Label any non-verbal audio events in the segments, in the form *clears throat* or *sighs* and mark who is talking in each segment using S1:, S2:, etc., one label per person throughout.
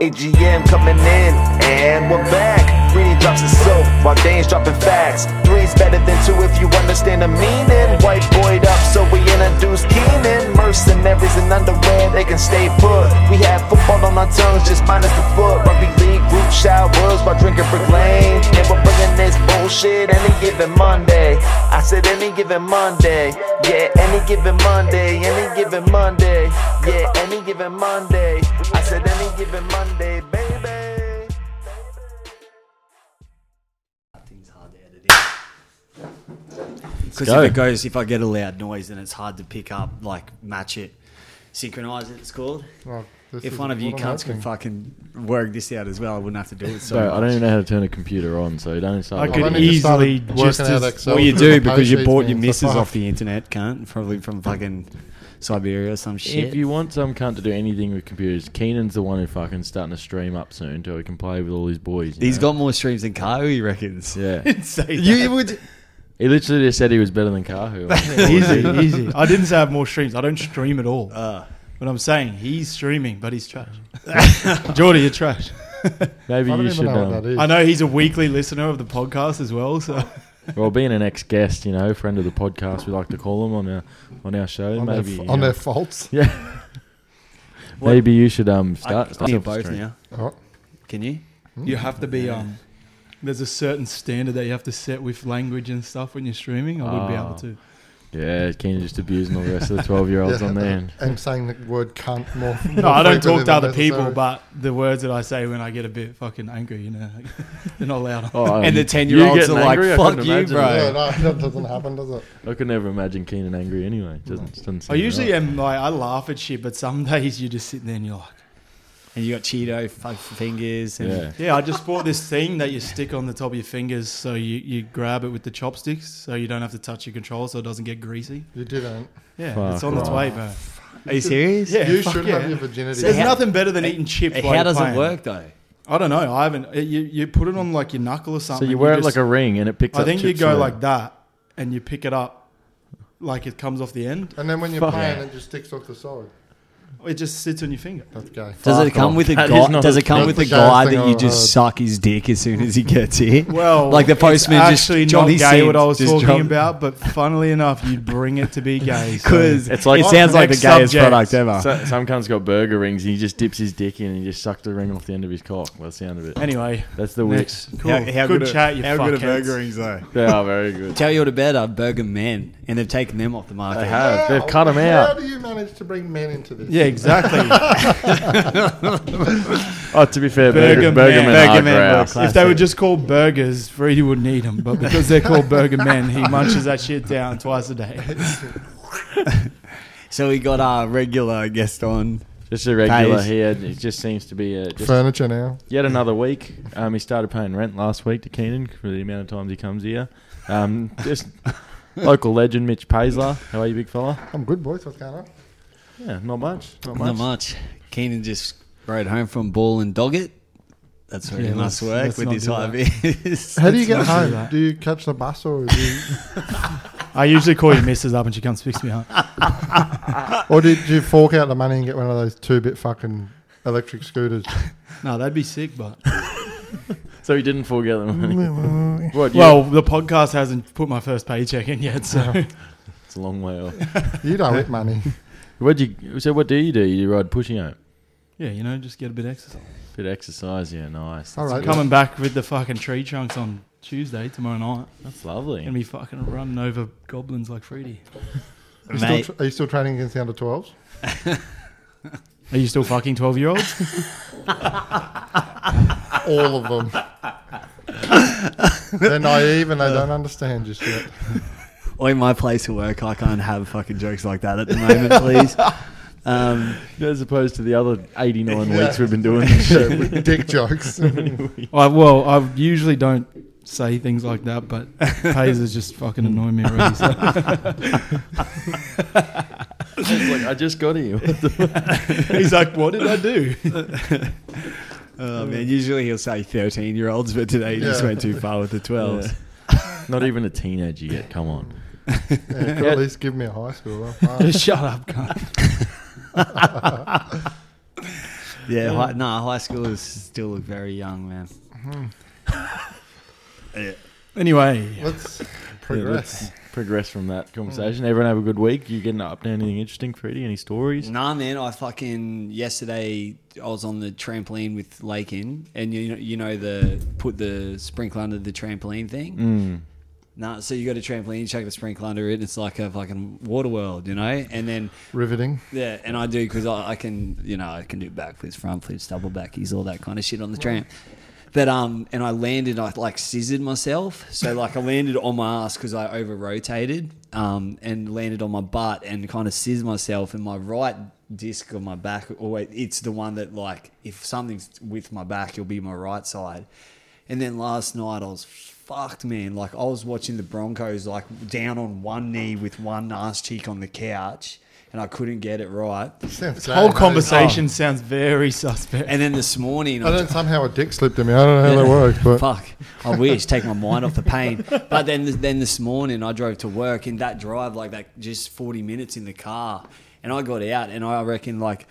S1: AGM coming in, and we're back. Greeny drops his soap while Dane's dropping facts. Three's better than two if you understand the meaning. White boyed up, so we introduce Keenan. Mercenaries in underwear, they can stay put. We have football on our tongues, just minus the foot. Rugby league group showers while drinking Proclaim. And we're bringing this bullshit any given Monday. I said any given Monday. Yeah, any given Monday, any given Monday. Yeah, any given Monday. I said any given Monday, baby.
S2: Thing's hard to edit in. Because
S3: go.
S2: if it goes, if I get a loud noise, then it's hard to pick up, like match it, synchronize it. It's called.
S4: Oh, this
S2: if
S4: is
S2: one of you
S4: what I'm
S2: cunts could
S4: hoping.
S2: fucking work this out as well, I wouldn't have to do it. So
S3: Bro,
S2: much.
S3: I don't even know how to turn a computer on, so don't
S4: I
S3: start.
S4: could
S3: with
S4: I've
S3: me.
S4: only just started
S2: easily
S4: working
S2: just
S4: out
S2: as,
S4: Excel
S2: well you
S4: through *laughs*
S2: do
S4: the
S2: because you
S4: pay
S2: bought
S4: sheets,
S2: your
S4: man.
S2: missus
S4: Fuck.
S2: off the internet, cunt, probably from fucking Siberia or some shit. *laughs*
S4: *laughs*
S3: If you want some cunt to do anything with computers, Keenan's the one who fucking starting to stream up soon, so he can play with all his boys. you
S2: He's
S3: know?
S2: got more streams than Kyle, reckons. *laughs*
S3: Yeah. *laughs*
S2: Say
S5: You,
S2: that.
S5: you would
S3: He literally just said he was better
S2: *laughs*
S3: than Kahu.
S5: easy, *laughs* easy. I didn't say I have more streams. I don't stream at all.
S3: Uh,
S2: Uh,
S5: but I'm saying he's streaming, but he's *laughs* trash. Geordie, you're trash.
S3: Maybe
S4: I don't
S3: you
S4: even
S3: should.
S4: know
S3: Um,
S4: what that is.
S5: I know he's a weekly listener of the podcast as well. So
S3: Well, being an ex-guest, you know, friend of the podcast, we like to call him on our on our show.
S4: On,
S3: maybe
S4: their,
S3: you
S4: on
S3: know.
S4: their faults.
S3: *laughs* yeah.
S2: *laughs*
S3: maybe you should um start.
S2: I can
S3: start
S2: hear
S3: up a
S2: both
S3: stream.
S2: now.
S4: Oh,
S2: Can you?
S5: *laughs* you have to be um. There's a certain standard that you have to set with language and stuff when you're streaming. I would be able
S3: Ah.
S5: to.
S3: Yeah, Keenan just abusing all the rest of the
S2: *laughs*
S3: twelve-year-olds
S4: yeah,
S3: on there.
S4: *laughs* I'm saying the word cunt more.
S5: *laughs* No,
S4: more
S5: I
S4: frequently
S5: don't talk to
S4: than
S5: other people,
S4: necessary.
S5: but the words that I say when I get a bit fucking angry, you know, *laughs* they're not loud.
S3: Oh, um,
S2: and the
S3: you
S2: 10 year olds
S3: getting
S2: are like,
S3: angry? I
S2: fuck
S3: couldn't
S2: you,
S3: imagine
S2: bro.
S4: Yeah, no, that doesn't happen, does it?
S3: it. I could never imagine Keenan angry anyway. It doesn't, doesn't
S5: I
S3: seem
S5: usually
S3: right.
S5: am like I laugh at shit, but some *laughs* days you just sit there and you're like,
S2: And you got Cheeto f- fingers. And
S3: Yeah.
S5: yeah, I just bought this thing that you stick on the top of your fingers, so you, you grab it with the chopsticks, so you don't have to touch your control, so it doesn't get greasy.
S4: You didn't.
S5: Yeah,
S3: Fuck
S5: it's on its
S3: off.
S5: way, bro.
S2: Are you
S3: *laughs*
S2: serious?
S5: Yeah,
S4: you
S5: fuck
S4: should
S5: yeah.
S4: have your virginity.
S5: There's
S2: how-
S5: nothing better than eating chips.
S2: Hey,
S5: while
S2: How
S5: you're
S2: does it
S5: playing.
S2: work, though?
S5: I don't know. I haven't. It, you you put it on like your knuckle or
S3: So
S5: something.
S3: you wear it
S5: just-
S3: like a ring, and it picks
S5: I
S3: up.
S5: think you
S3: chips
S5: go
S3: and-
S5: like that, and you pick it up, like it comes off the end.
S4: and then when you're
S3: Fuck.
S4: playing, it just sticks off the side.
S5: It just sits on your finger.
S4: That's gay.
S2: Does it
S3: Fuck
S2: come
S3: off.
S2: with a
S3: That
S2: guy?
S3: is not-
S2: Does it come with
S4: That's the
S2: a
S4: gayest
S2: guy
S4: thing
S2: that
S4: I've
S2: you just
S4: heard.
S2: suck his dick as soon as he gets here?
S5: Well,
S2: like the
S5: it's
S2: postman just
S5: actually
S2: Johnny
S5: not gay
S2: Sins
S5: what I was
S2: just
S5: talking
S2: dropped-
S5: about, but funnily enough, you bring it to
S2: *laughs*
S5: be gay so-
S2: because
S3: It's like-
S2: it sounds like the
S5: Next
S2: gayest
S5: subject.
S2: product ever.
S3: So, some cunt's got burger rings, and he just dips his dick in, and he just sucks the ring off the end of his cock. By the sound of it,
S5: Anyway,
S3: that's the weird.
S5: next. Cool. good
S2: a-
S5: chat. You
S2: how good a
S5: fuckheads.
S2: burger rings though?
S3: They are very good.
S2: Tell you what about are burger men, and they've taken them off the market.
S3: They
S5: Uh-huh. Ah,
S3: have. They've cut them
S4: How
S5: *laughs*
S3: out.
S4: do you manage to bring men into this?
S5: Yeah, exactly. *laughs*
S3: Oh, to be fair,
S5: Burger
S3: Burger, Burger
S5: Man.
S3: Man,
S2: Burger
S3: are
S2: Man
S3: grouse.
S2: works.
S5: if they were just called burgers, Freedy wouldn't eat them. But because they're called burger men, he munches that shit down twice a day.
S2: So we got our regular guest on.
S3: Just a regular
S2: Pays.
S3: here. It just seems to be a, just
S4: Furniture now.
S3: yet another week. Um, he started paying rent last week to Keenan for the amount of times he comes here. Um,
S5: *laughs*
S3: just local legend Mitch Paisler. How are you, big fella?
S4: I'm good, boys. What's going on?
S3: Yeah, not much. Not much.
S2: Not much. Keenan just rode home from Ball and Doggett. That's where he
S5: Yeah,
S2: must
S5: let's-
S2: work
S5: let's
S2: with
S5: not
S2: his high
S5: do
S2: vis.
S4: How do
S2: *laughs*
S4: you get
S5: Let's not do
S4: home?
S5: that.
S4: Do you catch the bus or do you,
S5: I usually call your missus up and she comes fix me up.
S4: or do, do you fork out the money and get one of those two bit fucking electric scooters?
S5: No, that'd be sick, but
S3: So he didn't forget the money.
S4: *laughs*
S3: What, you-
S5: well, the podcast hasn't put my first paycheck in yet, so
S3: it's a long way off.
S4: you don't eat money.
S3: What do you? So what do you do? You ride pushing out.
S5: *laughs* yeah, you know, just get a bit of exercise.
S3: Bit of exercise, yeah, nice.
S4: All
S3: That's,
S4: right.
S5: Coming back with the fucking tree trunks on Tuesday tomorrow night.
S3: that's lovely.
S5: Gonna be fucking running over goblins like Freddy.
S4: Are you, still
S2: Mate.
S4: tr- are you still training against the under 12s?
S5: Are you still fucking twelve year olds?
S4: All of them. They're naive and they don't understand just yet.
S2: Or in my place of work, I can't have fucking jokes like that at the moment,
S5: *laughs*
S2: please. Um,
S3: As opposed to the other eighty-nine
S4: Yeah.
S3: weeks we've been doing this
S4: *laughs*
S3: show.
S4: With dick
S2: *laughs*
S4: jokes.
S5: I, well, I usually don't say things like that, but Pazers just fucking annoy me already. So.
S2: *laughs*
S3: It's like, I just got here. *laughs* What the
S5: *laughs* He's like, "What did I do?"
S2: *laughs* oh man, usually he'll say thirteen-year-olds, but today he just
S4: Yeah.
S2: went too far with the twelves.
S3: Yeah. Not even a teenager yet. Come on.
S4: Yeah,
S3: *laughs*
S4: could at least give me a
S5: *laughs*
S4: high school.
S5: Just shut up, cunt.
S2: *laughs* Yeah, high, nah, high school is still very young, man.
S5: Anyway,
S4: Let's
S3: Yeah,
S4: progress. Mm.
S3: let's progress from that conversation. Everyone have a good week. You getting up to anything interesting, Freddie? Any stories?
S2: Nah, man, I fucking yesterday I was on the trampoline with Lake in, and you know, you know the put the sprinkler under the trampoline thing.
S3: Mm.
S2: Nah, so you got a trampoline, you chuck the sprinkler under it, and it's like a fucking water world, you know. And then
S4: Riveting.
S2: yeah, and I do because I, I can, you know, I can do backflips, front flips, double backies, all that kind of shit on the tramp. But um, and I landed, I like scissored myself, so like I landed on my ass because I over rotated, um, and landed on my butt and kind of scissored myself, and my right disc of my back always it's the one that like if something's with my back, it'll be my right side. And then last night I was fucked, man. Like I was watching the Broncos like down on one knee with one ass cheek on the couch, and I couldn't get it right.
S4: Sounds
S5: the whole
S4: sad.
S5: conversation sounds very suspect.
S2: And then this morning,
S4: Oh. I
S2: I
S4: don't somehow a dick slipped in me. I don't know how that worked, but
S2: *laughs* fuck, I wish take my mind off the pain. But then, then this morning, I drove to work, and that drive like that, just forty minutes in the car, and I got out, and I reckon like.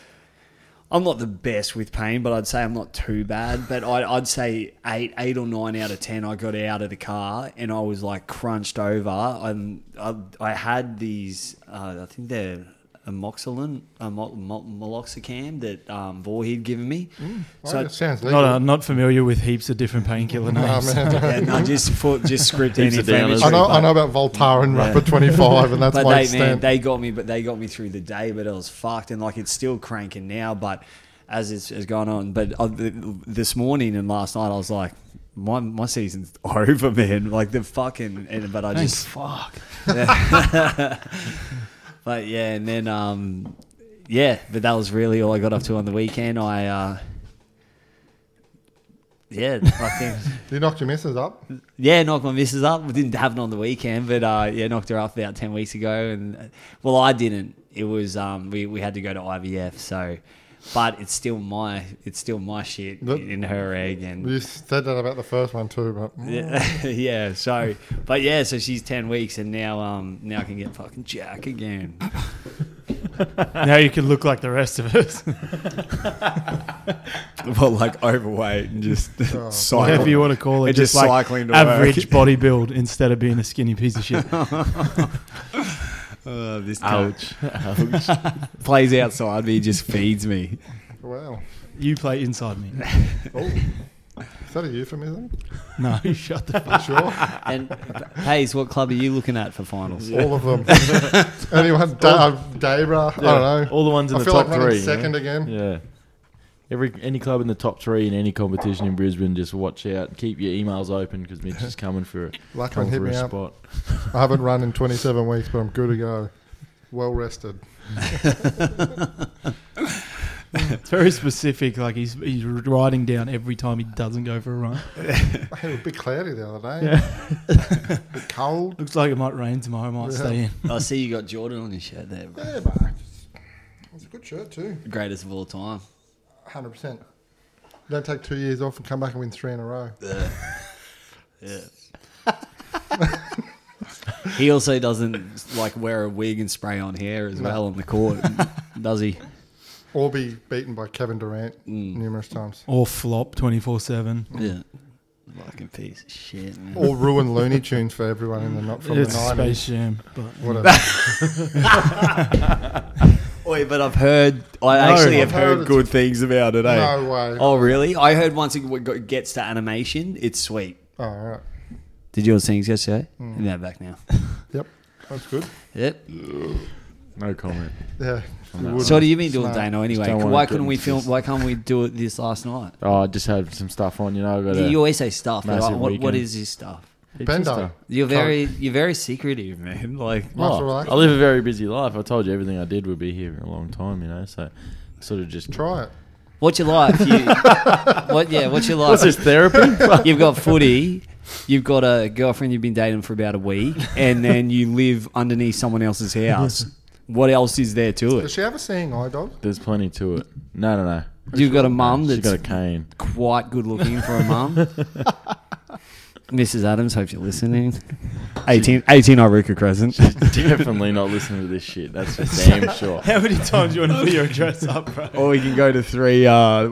S2: I'm not the best with pain, but I'd say I'm not too bad. But I, I'd say eight, eight or nine out of ten. I got out of the car and I was like crunched over. I'm, I, I had these. Uh, I think they're amoxicillin, amo- mo- meloxicam that um, Voorheed given me.
S4: Well, it Oh, sounds legal. *laughs*
S5: Not uh, not familiar with heaps of different
S2: *laughs* Oh,
S5: painkiller
S4: Nah,
S5: names.
S4: man.
S2: yeah, no, just for, just script
S3: Heaps of downers.
S2: anti-inflammatory.
S4: I know, I
S2: but-
S4: know about Voltaren and
S2: Yeah.
S4: Rapper 25, and that's
S2: but
S4: my
S2: they, man,
S4: extent.
S2: they got me, but they got me through the day. But I was fucked, and like it's still cranking now. But as it's has gone on, but uh, th- this morning and last night, I was like, my my season's *laughs* over, man. Like the fucking, and, but I
S5: Thanks.
S2: just
S5: Fuck.
S2: *laughs* but yeah, and then um, yeah, but that was really all I got up to on the weekend. I uh, yeah, fucking.
S4: you knocked your missus up.
S2: Yeah, knocked my missus up. We didn't have it on the weekend, but uh, yeah, knocked her up about ten weeks ago. And uh, well, I didn't. It was um, we we had to go to IVF, so but it's still my it's still my shit
S4: Look.
S2: in her egg and.
S4: You said that about the first one too, but mm,
S2: Yeah, *laughs* yeah. So, but yeah. So she's ten weeks, and now, um, now I can get fucking Jack again.
S5: Now you can look like the rest of
S2: *laughs*
S5: us.
S2: *laughs* well, like overweight and just
S5: Oh,
S2: *laughs*
S5: Whatever you want to call it.
S2: And just
S5: like
S2: cycling to *laughs*
S5: average
S2: work.
S5: body build instead of being a skinny piece of shit.
S2: Uh, this
S3: Ouch.
S2: *laughs* plays outside me, just feeds me.
S4: wow.
S5: You play inside me.
S4: Oh. Is that a euphemism?
S5: No, *laughs* you shut the fuck.
S4: Sure.
S2: *laughs* And Hayes, what club are you looking at for finals?
S4: All of them.
S3: *laughs*
S4: *laughs* Anyone? Da- Dabra? I don't know.
S3: All the ones in
S4: I
S3: the
S4: feel
S3: top
S4: like running
S3: three. you know?
S4: second again.
S3: Yeah. Every any club in the top three in any competition in Brisbane, just watch out. Keep your emails open because Mitch is coming
S4: *laughs*
S3: for a,
S4: Luckman
S3: coming
S4: hit
S3: for
S4: me
S3: a
S4: up.
S3: spot.
S4: I haven't run in 27 weeks, but I'm good to go. Well rested.
S5: It's very specific. Like he's he's writing down every time he doesn't go for a run.
S4: I had a bit cloudy the other day. bit cold.
S5: Looks like it might rain tomorrow. I might stay in.
S2: I see you got Jordan on your shirt there. Bro.
S4: Yeah, but it's a good shirt too.
S2: Greatest of all time.
S4: 100%. Don't take two years off and come back and win three in a row.
S2: Yeah. he also doesn't like wear a wig and spray on hair as well on the court, does he?
S4: Or be beaten by Kevin Durant
S3: Mm.
S4: numerous times.
S5: Or flop twenty four seven.
S2: Yeah. Fucking piece of shit. Man.
S4: Or ruin Looney Tunes for everyone in the not from
S5: It's
S4: the
S5: a
S4: 90s.
S5: Space Jam. But *laughs*
S4: Whatever.
S3: *laughs*
S2: Oi, but I've heard. I actually
S4: I've
S2: have
S4: heard
S2: heard,
S4: it's-
S2: good things about it. Eh?
S4: No way.
S2: Oh really? I heard once it w- got- gets to animation, it's sweet.
S4: Oh, all right.
S2: Did you all sing yesterday? Yeah, back now.
S4: Yep. That's good.
S2: Yep.
S3: No comment.
S4: Yeah. you would.
S2: So what have you been doing,
S4: Smart.
S2: Dano? Anyway,
S3: don't wanna
S2: why
S3: get
S2: couldn't we
S3: into
S2: film?
S3: this.
S2: Why can't we do it this last night?
S3: Oh, I just had some stuff on. You know, I got
S2: You
S3: a
S2: always say stuff. But
S3: Massive
S2: I- what, what
S3: weekend.
S2: is this stuff?
S3: heaps of
S4: Bendo.
S3: stuff.
S2: You're very, you're very secretive, man. *laughs* Like,
S4: Nice
S3: Oh,
S4: relax.
S3: I live a very busy life. I told you everything I did would be here in a long time. You know, so sort of just
S4: Try it.
S2: what's your life? You, what? Yeah, what's your life?
S3: What's this therapy?
S2: *laughs* You've got footy. You've got a girlfriend you've been dating for about a week, and then you live underneath someone else's
S3: *laughs*
S2: house. What else is there to
S4: Does
S2: it?
S4: she have a seeing eye dog?
S3: There's plenty to it. No, no, no.
S2: You've got a mum
S3: She
S2: that's
S3: got a cane.
S2: *laughs* quite good looking for a mum. Mrs. Adams, hope you're listening. 18, 18 Iruka Crescent.
S3: She's *laughs* definitely not listening to this shit. That's for damn
S4: *laughs*
S3: sure.
S5: How many times do you want to put your address up, bro?
S2: *laughs*
S6: Or we can go to three. Uh,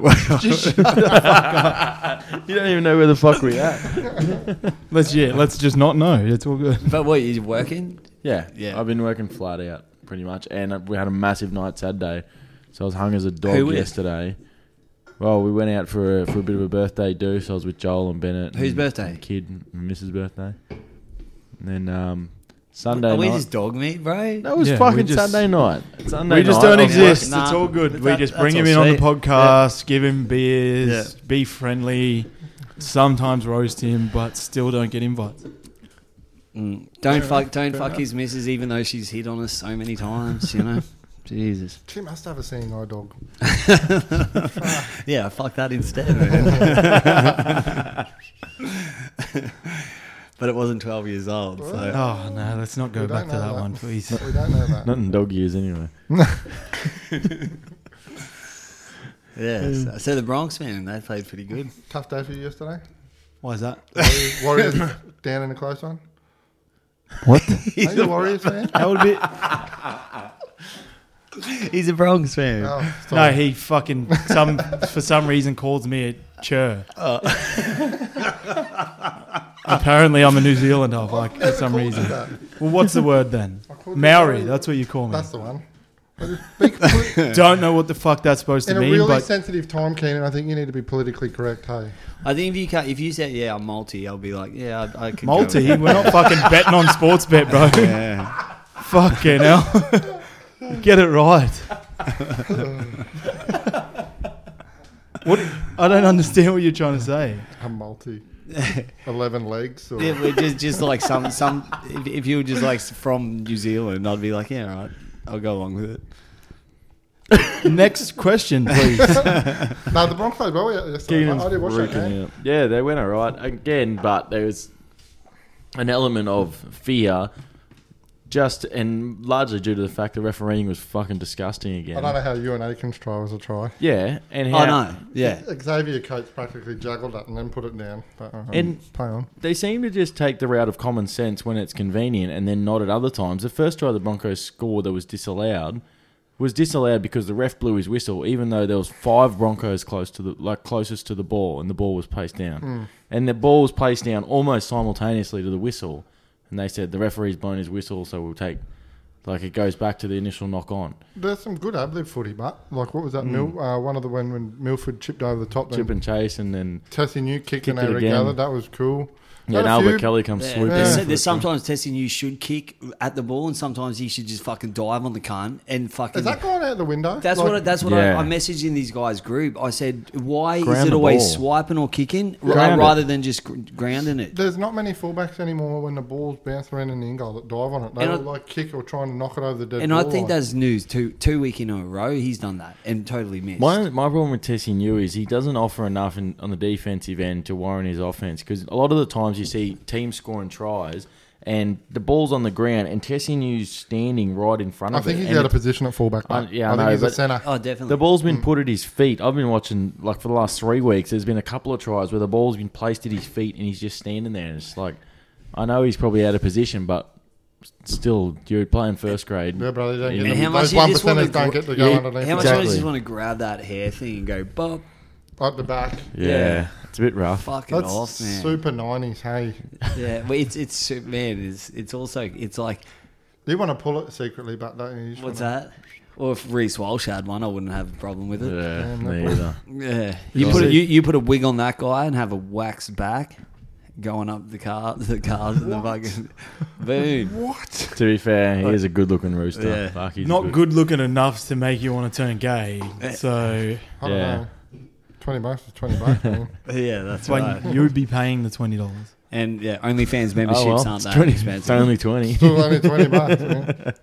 S3: *laughs* You don't even know where the fuck we at.
S5: Let's yeah, let's just not know. It's all good.
S2: *laughs* But what, you working?
S3: Yeah,
S2: Yeah.
S3: I've been working flat out pretty much, and uh, we had a massive night Saturday, so I was hung as a dog
S2: Who with?
S3: yesterday. Well, we went out for a, for a bit of a birthday do, so I was with Joel and Bennett.
S2: Whose
S3: and
S2: birthday?
S3: the Kid, and Mrs. birthday. And then um, Sunday
S2: Are we
S3: night.
S2: just Oh, dog meat, bro?
S3: that was
S5: Yeah, we
S3: fucking
S5: just-
S3: Sunday night. Sunday
S5: We just
S3: night,
S5: don't
S3: I'm
S5: exist.
S2: Nah.
S5: It's all good.
S3: But
S5: We
S3: that-
S5: just
S3: that's
S5: bring him
S3: all
S5: in on the
S3: sweet.
S5: podcast, give him beers,
S6: Yeah.
S5: be friendly. Sometimes roast him, but still don't get invites.
S2: Mm. Don't fuck, don't fuck his missus, even though she's hit on us so many times. You *laughs* know, Jesus.
S4: She must have a seeing eye dog.
S2: Yeah, fuck that instead. *laughs* man. but it wasn't twelve years old, so
S5: Oh no, let's not go
S4: We
S5: back
S4: don't
S5: to
S4: know
S5: that,
S4: that.
S5: one, please.
S4: But we don't know
S3: *laughs*
S4: that.
S3: Not in dog years anyway.
S2: yeah. So, so the Bronx man, they played pretty good.
S4: Tough day for you yesterday.
S5: Why is that?
S4: Warriors, Warriors down in a close one.
S5: What?
S4: Are you a Warriors fan?
S5: *laughs* That would be
S2: He's a Bronx fan.
S4: Oh,
S5: no.
S4: sorry.
S5: He fucking some for some reason calls me a chur. *laughs* Apparently, I'm a New Zealander. Like for some reason.
S4: that.
S5: Well, what's the word then?
S4: called you
S5: Maori.
S4: Maori.
S5: That's what you call me.
S4: That's the one. But it's big- poli-
S5: Don't know what the fuck that's supposed to
S4: in a
S5: mean,
S4: really
S5: but
S4: sensitive time, Keenan, I think you need to be politically correct, hey?
S2: I think if you can if you said yeah, I'm multi, I'll be like yeah, I, I could. go
S5: multi.
S2: with that. *laughs*
S5: We're not fucking betting on sports bet, bro.
S2: Yeah.
S5: *laughs* Fucking hell. *laughs* Get it right. what? I don't understand what you're trying to say.
S4: A multi. 11 legs. Or,
S2: yeah, we're just just like some some. If, if you were just like from New Zealand, I'd be like yeah, all right, I'll go along with it.
S5: Next question, please.
S4: No, the Bronx played well yesterday. I, I did watch that game.
S3: Freaking out. Yeah, they went all right again, but there was an element of fear, just and largely due to the fact the refereeing was fucking disgusting
S4: I don't know
S3: again.
S4: how you and Aikens try was a try.
S3: Yeah, and
S2: *laughs*
S3: how
S2: I know. Yeah.
S4: Xavier Coates practically juggled it and then put it down. But, um,
S3: And-
S4: play on.
S3: they seem to just take the route of common sense when it's convenient, and then not at other times. The first try the Broncos scored that was disallowed was disallowed because the ref blew his whistle, even though there was five Broncos close to the like closest to the ball, and the ball was placed down, and the ball was placed down almost simultaneously to the whistle, and they said the referee's blown his whistle, so we'll take. Like it goes back to the initial knock on.
S4: There's some good ad lib footy, but like what was
S3: Hmm.
S4: that? Mil, uh, one of the when when Milford chipped over the top,
S3: Chip
S4: then
S3: and chase, and then
S4: Tessie New kicked, and
S3: Kicked
S4: they
S3: it again.
S4: regathered. That was cool.
S3: yeah,
S4: Had
S3: and
S4: a
S3: Albert
S4: few-
S3: Kelly comes
S2: Yeah.
S3: swooping.
S2: There's,
S3: in.
S2: there's sometimes testing you should kick at the ball, and sometimes you should just fucking dive on the cunt and fucking.
S4: Is that going out the window?
S2: *laughs* that's
S4: Like,
S2: what I- that's what
S3: Yeah.
S2: I, I messaged in these guys' group. I said, "Why is
S3: Ground
S2: it
S3: the
S2: always
S3: ball.
S2: swiping or kicking ra-
S3: Ground it.
S2: rather than just gr- grounding it?"
S4: There's not many fullbacks anymore when the ball's bounce around in the end goal that dive on it. They
S2: And I-
S4: all like kick or try and knock it over the dead.
S2: And I
S4: ball
S2: think
S4: line.
S2: that's news. Two two week in a row, he's done that and totally missed.
S3: My, my problem with Tessie New is he doesn't offer enough in, on the defensive end to warrant his offense because a lot of the times you see teams scoring tries and the ball's on the ground and Tessie New's standing right in front
S4: I
S3: of
S4: think
S3: it.
S4: he's
S3: and
S4: out of Mm.
S3: it's-
S4: position at fullback.
S3: I-
S4: mate.
S3: yeah, I
S4: I think
S3: know,
S4: he's a
S3: but-
S4: centre.
S2: oh, definitely.
S3: the ball's been put at his feet. I've been watching like for the last three weeks. There's been a couple of tries where the ball's been placed at his feet and he's just standing there. And it's like, I know he's probably out of position, but still, you're playing first grade.
S4: Yeah, brother, don't
S2: And
S4: get
S2: how
S4: them.
S2: much
S4: Those
S2: you
S4: one
S2: just wanna
S4: percenters don't
S2: gr-
S4: get to go
S3: Yeah,
S4: underneath
S2: How much
S4: the-
S2: times
S3: Exactly.
S2: you just want to grab that hair thing and go, "Bob,
S4: at the back.
S3: Yeah, it's a bit rough.
S2: fucking
S4: That's
S2: off, man."
S4: *laughs* super nineties. Hey,
S2: Yeah, but it's it's man, it's it's also it's like
S4: you want to pull it secretly, but don't you? Just
S2: What's
S4: wanna-
S2: that? Or if Reese Walsh had one, I wouldn't have a problem with it.
S3: Yeah,
S4: no
S3: me
S4: problem.
S3: either.
S2: Yeah, you
S3: Yeah.
S2: put a, you, you put a wig on that guy and have a wax back going up the car, the cars and the fucking boom.
S4: What?
S3: To be fair, he is a good-looking rooster.
S2: Yeah.
S3: Fuck, he's
S5: *laughs* Not good looking enough to make you want to turn gay.
S2: Eh.
S5: So
S4: I don't
S3: Yeah.
S4: know. Twenty bucks is twenty bucks. man.
S2: Yeah, that's
S5: that's why
S2: right.
S5: you would be paying the twenty dollars.
S2: And yeah, OnlyFans memberships
S3: well,
S2: aren't
S3: it's
S2: that
S3: 20 It's
S2: expensive.
S3: only 20.
S4: Still only twenty bucks. Man.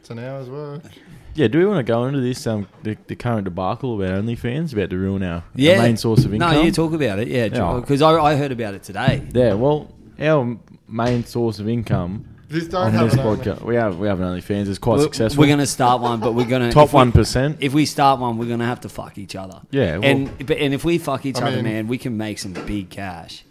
S4: It's an hour's work.
S3: *laughs* yeah, do we want to go into this, um, the, the current debacle about OnlyFans, about to ruin our our
S2: yeah,
S3: main source of income?
S2: No, you talk about it. Yeah,
S3: Yeah.
S2: because I, I heard about it today.
S3: Yeah, well, our main source of income
S4: This don't
S3: on
S4: have
S3: this
S4: an only.
S3: podcast, we have, we have an OnlyFans, it's quite
S2: We're,
S3: successful.
S2: we're gonna start one, but we're gonna
S3: *laughs* Top
S2: if we-
S3: 1%.
S2: If we start one, we're gonna have to fuck each other.
S3: Yeah, well-
S2: and but, and if we fuck each
S4: I
S2: other,
S4: mean-
S2: man, we can make some big cash.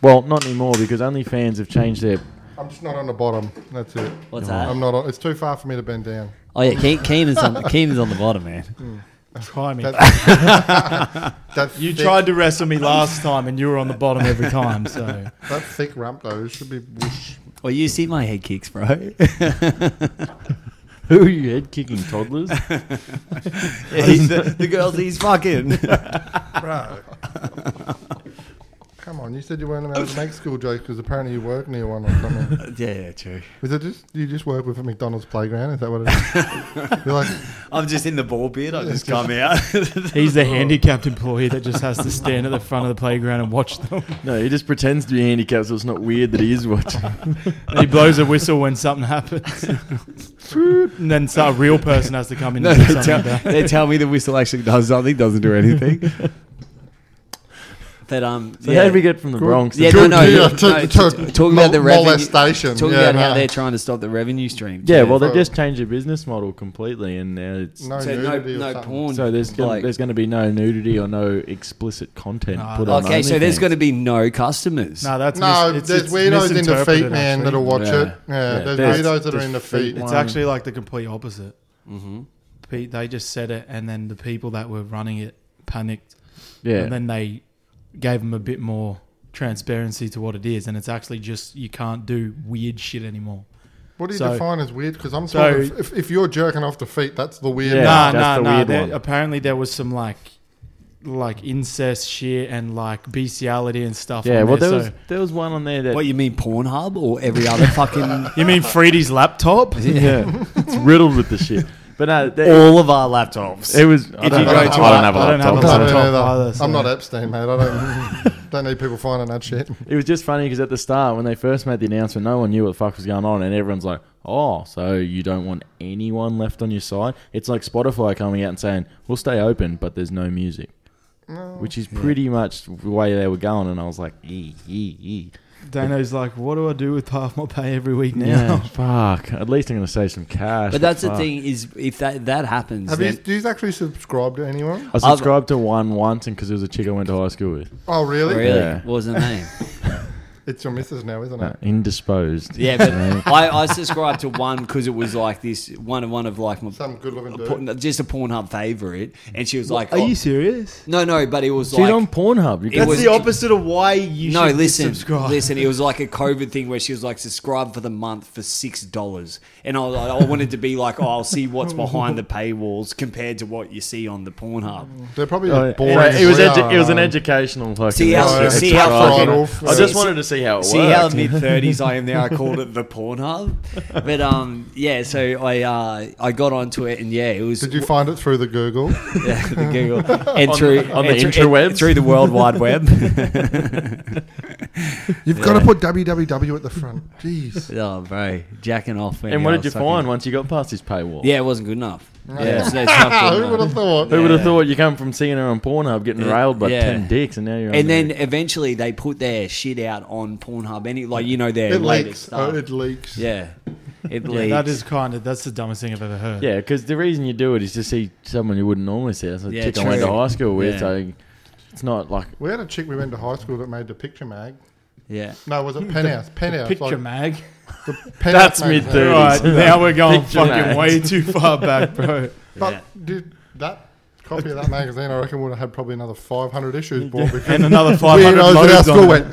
S3: Well, not anymore because OnlyFans have changed their.
S4: I'm just not on the bottom. That's it.
S7: What's that?
S4: I'm not on. It's too far for me to bend down.
S7: oh yeah, Keen, Keenan's on Keenan's on the bottom, man.
S5: Try me.
S4: That
S5: You
S4: thick,
S5: tried to wrestle me last time, and you were on the bottom every time. So
S2: *laughs*
S4: that thick rump though. It should be whoosh.
S7: Well, you see my head kicks,
S2: *laughs*
S7: bro.
S3: Who are you head kicking
S2: *laughs*
S3: toddlers?
S7: he's the, the girls he's
S2: *laughs*
S7: fucking.
S4: bro. Come on, you said you weren't allowed to make school jokes because apparently you work near one or
S2: *laughs*
S4: something.
S7: yeah, yeah, true.
S4: Is it just you just work with a McDonald's playground? Is that what it is? You're like,
S7: I'm just in the ball pit. I just come out.
S5: he's the handicapped employee that just has to stand at the front of the playground and watch them.
S3: no, he just pretends to be handicapped, so it's not weird that he
S2: *laughs*
S3: is watching.
S5: And he blows a whistle when something
S4: *laughs*
S5: happens, and then so a real person has to come in. *laughs*
S6: No,
S5: and
S6: they
S5: do
S6: tell,
S5: something about it.
S6: they tell me the whistle actually does something, doesn't do anything.
S2: *laughs* But um,
S3: So
S2: yeah,
S3: how did we get from the Bronx?
S2: yeah, no,
S4: Good
S2: no,
S4: to-
S2: no,
S4: to- to-
S2: t- talking about the
S4: mol-
S2: revenue,
S4: molestation.
S2: talking
S4: Yeah,
S2: about how
S4: no.
S2: they're trying to stop the revenue stream.
S3: Yeah, well, they've
S4: for-
S3: just changed their business model completely, and now it's
S4: no
S2: so no,
S4: nudity or
S2: no
S4: something.
S2: porn.
S3: so there's gonna,
S2: like-
S3: there's going to be no nudity or no explicit content
S5: No,
S3: put on.
S2: okay, so there's
S3: OnlyFans.
S2: going to be no customers.
S5: No, that's
S4: No,
S5: mis- it's-
S4: there's
S5: it's
S4: weirdos in the feet,
S5: misinterpreted,
S4: man,
S5: actually.
S4: that'll watch
S3: Yeah.
S4: it. Yeah,
S3: Yeah,
S4: there's
S3: there's-
S4: weirdos that are
S3: there's
S4: in the
S3: feet
S4: feet.
S5: It's
S3: One-
S5: actually like the complete opposite.
S2: Mm-hmm.
S5: Pe- They just said it, and then the people that were running it panicked,
S3: yeah.
S5: and then they gave them a bit more transparency to what it is, and it's actually just you can't do weird shit anymore.
S4: What do you
S5: So-
S4: define as weird? Because I'm
S5: So-
S4: sorry, if, if you're jerking off the feet, that's the weird.
S3: Yeah,
S5: Nah,
S3: that's
S5: nah,
S3: the
S5: nah.
S3: weird
S5: There-
S3: one.
S5: Apparently, there was some like, like incest shit and like bestiality and stuff.
S3: yeah,
S5: on
S3: well,
S5: there,
S3: there was
S5: so-
S3: there was one on there that
S2: What you mean, Pornhub or every other fucking? *laughs*
S5: You mean Freddy's laptop?
S3: *laughs*
S5: *laughs*
S3: yeah, it's riddled with the shit. But no, that,
S7: All of our laptops.
S3: it was. I
S5: If
S3: don't,
S5: you
S3: know.
S5: go
S3: I
S5: to
S3: don't
S5: a-
S3: have a
S5: I don't have
S3: laptop. so-
S5: a laptop.
S4: I don't either.
S5: either, so-
S4: I'm not Epstein, mate. I don't *laughs* don't need people finding that shit.
S3: It was just funny because at the start, when they first made the announcement, no one knew what the fuck was going on, and everyone's like, "Oh, so you don't want anyone left on your site?" It's like Spotify coming out and saying, "We'll stay open, but there's no music," which is pretty much the way they were going. And I was like, "Ee, ee, ee."
S5: Dano's like, what do I do with half my pay every week now?
S3: "Yeah, fuck. At least I'm going to save some cash."
S2: but that's the
S3: fuck.
S2: thing is, if that that happens,
S4: Have you,
S2: then
S4: do you actually subscribe to anyone?
S3: I subscribed to one once, and because it was a chick I went to high school with,
S4: Oh, really?
S2: really,
S3: Yeah.
S2: what *laughs* was the name?
S4: It's your missus now, isn't
S3: Uh,
S4: it?
S3: indisposed.
S2: yeah, but I, I subscribed to one because it was like this one of one of like my
S4: Some good looking
S2: a
S4: dude.
S2: porn, just a Pornhub favorite, and she was like,
S5: Are
S2: oh-
S5: you serious?
S2: No, no, but it was
S3: She's
S2: like
S3: on Pornhub. You
S2: It
S3: guys-
S2: was-
S5: opposite of why you
S2: no,
S5: should
S2: listen,
S5: subscribe.
S2: listen. It was like a COVID thing where she was like, subscribe for the month for six dollars, and I, was like- I wanted to be like, oh, I'll see what's behind the paywalls compared to what you see on the Pornhub.
S4: They're probably
S3: Oh,
S4: oh,
S3: yeah.
S4: boring.
S3: Anyway,
S4: as
S3: it was
S4: we
S3: edu-
S4: are,
S3: it was an
S4: aren't they?
S3: educational fucking.
S2: See how-
S3: episode.
S2: see how
S3: Right.
S4: fucking-
S3: I
S4: See-
S3: just wanted to see how it
S2: See
S3: worked.
S2: how mid thirties I am there. I called it
S3: *laughs*
S2: the Pornhub, but um, yeah. So I uh, I got onto it, and yeah, it was
S4: Did you find it through the
S3: *laughs*
S4: Google?
S2: *laughs* yeah, the Google and through
S3: on the
S2: and through-
S3: interwebs?
S2: through the World Wide Web.
S3: *laughs*
S4: You've got to put www at the front. *laughs*
S2: *laughs*
S4: Jeez.
S2: oh, bro, jacking off. man.
S3: And what
S2: I was
S3: did you
S2: fucking-
S3: find once you got past his paywall?
S2: Yeah, it wasn't good enough. Yeah,
S3: *laughs*
S2: so it's
S4: Ah,
S2: not good
S4: who would
S2: enough.
S4: have thought?
S3: Who would have
S2: Yeah.
S3: thought you come from seeing her on Pornhub getting
S2: Yeah.
S3: railed by
S2: Yeah.
S3: ten dicks, and now you're on
S2: And then
S3: there.
S2: eventually they put their shit out on Pornhub. Any like you know their
S4: It
S2: latest
S4: leaks.
S2: stuff.
S4: Oh, it leaks.
S5: *laughs*
S2: yeah, it
S5: Yeah,
S2: leaks.
S5: that is kind of that's the dumbest thing I've ever heard.
S3: yeah, because the reason you do it is to see someone you wouldn't normally see. That's a
S2: Yeah,
S3: chick I went to
S2: true.
S3: high school with,
S2: Yeah.
S3: so it's not like
S4: We had a chick we went to high school that made the picture mag.
S2: yeah.
S4: No,
S3: *laughs*
S4: was it Penthouse? Penthouse.
S5: Picture
S4: like,
S5: mag.
S4: the Penthouse
S3: That's
S4: magazine.
S3: mid-thirties.
S5: Right now we're going
S3: Picture
S5: fucking
S3: mag.
S5: way too far
S3: *laughs*
S5: back, bro.
S4: But
S2: Yeah.
S4: dude, that copy of that magazine, I reckon, would have had probably another 500 issues bought because *laughs*
S5: And another five hundred
S4: weirdos at our
S5: loads
S4: school
S5: on it.
S4: went.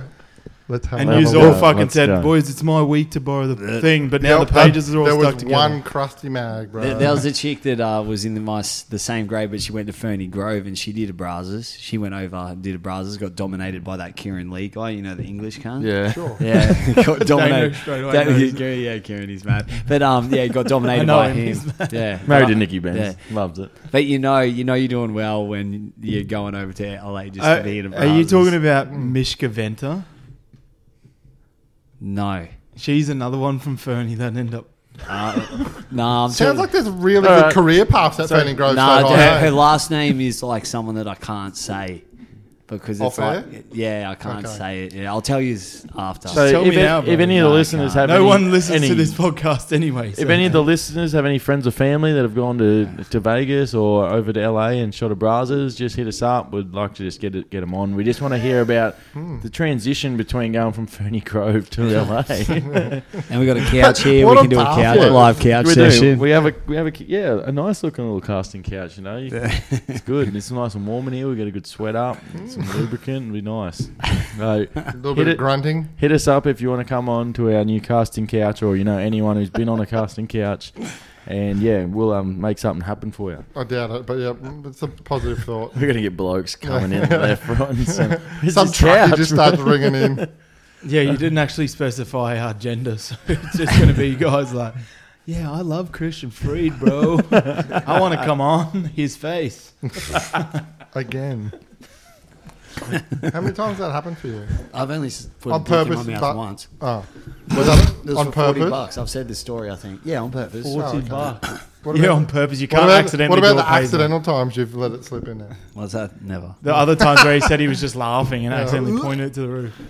S4: Let's have
S5: And
S4: another
S3: Level
S5: you
S4: look."
S5: all
S3: up,
S5: fucking
S3: let's
S5: said,
S3: go.
S5: boys, it's my week to borrow the thing, but now
S4: Yep,
S5: the pages
S4: that-
S5: are all
S4: there was
S5: stuck together.
S4: one crusty mag, bro.
S2: There, there was a chick that uh, was in the my s- the same grade, but she went to Fernie Grove and she did a brazos. She went over and did a brazos, got dominated by that Kieran Lee guy, you know, the English cunt.
S3: yeah.
S4: sure.
S5: *laughs*
S2: Yeah, got dominated.
S5: straight away
S2: That-
S5: knows.
S2: yeah, yeah, Kieran, he's
S5: *laughs*
S2: mad. But um, yeah, got dominated
S5: know
S2: by
S5: him,
S2: him.
S5: he's
S2: Yeah,
S3: *laughs*
S2: But-
S3: Married
S2: uh,
S3: to Nikki Benz, loves it.
S2: But you know, you know, you're doing well when you're going over to LA just
S5: Uh,
S2: to be in a
S5: are you talking about
S4: Hmm.
S5: Mishka Venter?
S2: No.
S5: She's another one from Fernie that end up.
S2: Uh, no, I'm
S4: Sounds
S2: talking-
S4: like there's really
S3: All
S4: good
S3: right.
S4: career paths at Fanning Grove.
S2: no,
S4: so
S2: her,
S4: far, eh?
S2: her last name is like someone that I can't say. because
S4: Off
S2: it's like,
S4: air?
S2: yeah, I can't
S4: Okay.
S2: say it. Yeah, I'll tell you after.
S3: So
S5: Tell
S3: if,
S5: me now,
S3: if
S5: bro.
S3: any of the
S2: No, I
S3: listeners
S2: can't.
S3: have
S5: No
S3: any-
S5: one listens
S3: any-
S5: to this podcast anyway.
S3: If
S5: so-
S3: any of the listeners have any friends or family that have gone to, to Vegas or over to LA and shot a Brazos, just hit us up. We'd like to just get it, get them on. We just want to hear about
S5: Hmm.
S3: the transition between going from Fernie Grove
S5: *laughs*
S3: to LA.
S2: and we got a couch here.
S4: What
S2: we
S4: a
S2: can do a couch
S4: pathway.
S2: live couch
S3: we do.
S2: session.
S3: We have a we have a yeah a nice looking little casting couch. You know, You- it's good. It's nice and warm in here. We get a good sweat up, some lubricant. It'd be *laughs* nice. No,
S4: A little
S3: Hit
S4: bit
S3: it.
S4: of grunting.
S3: hit us up if you want to come on to our new casting couch or you know anyone who's been on a casting couch and yeah we'll um, make something happen for you
S4: I doubt it, but yeah, mm, it's a positive
S5: *laughs*
S4: thought.
S3: we're gonna get *laughs* blokes coming in left right and centre. It's
S4: Some
S3: this
S4: truck
S3: couch,
S4: just
S3: bro.
S4: starts ringing in.
S5: *laughs* yeah, you didn't actually specify our gender, so *laughs* it's just going to be guys like, yeah, I love Christian Freed, bro. I want to come on his face. *laughs*
S4: again. How many times has that happened for you?
S2: I've only s- put
S4: On
S2: a dick in my
S4: purpose,
S2: mouth
S4: but-
S2: once.
S4: Oh, was that
S7: This
S4: on
S7: for 40
S4: purpose?
S7: bucks. I've said this story, I think. Yeah, on purpose.
S4: Oh, okay. What
S5: yeah,
S4: about-
S5: on purpose. You
S4: What
S5: can't
S4: about, what
S5: accidentally. do
S4: about the
S5: a payday.
S4: accidental times you've let it slip in there?
S2: Was that never?
S5: The other times where he said he was just laughing *laughs* and accidentally pointed it to the roof.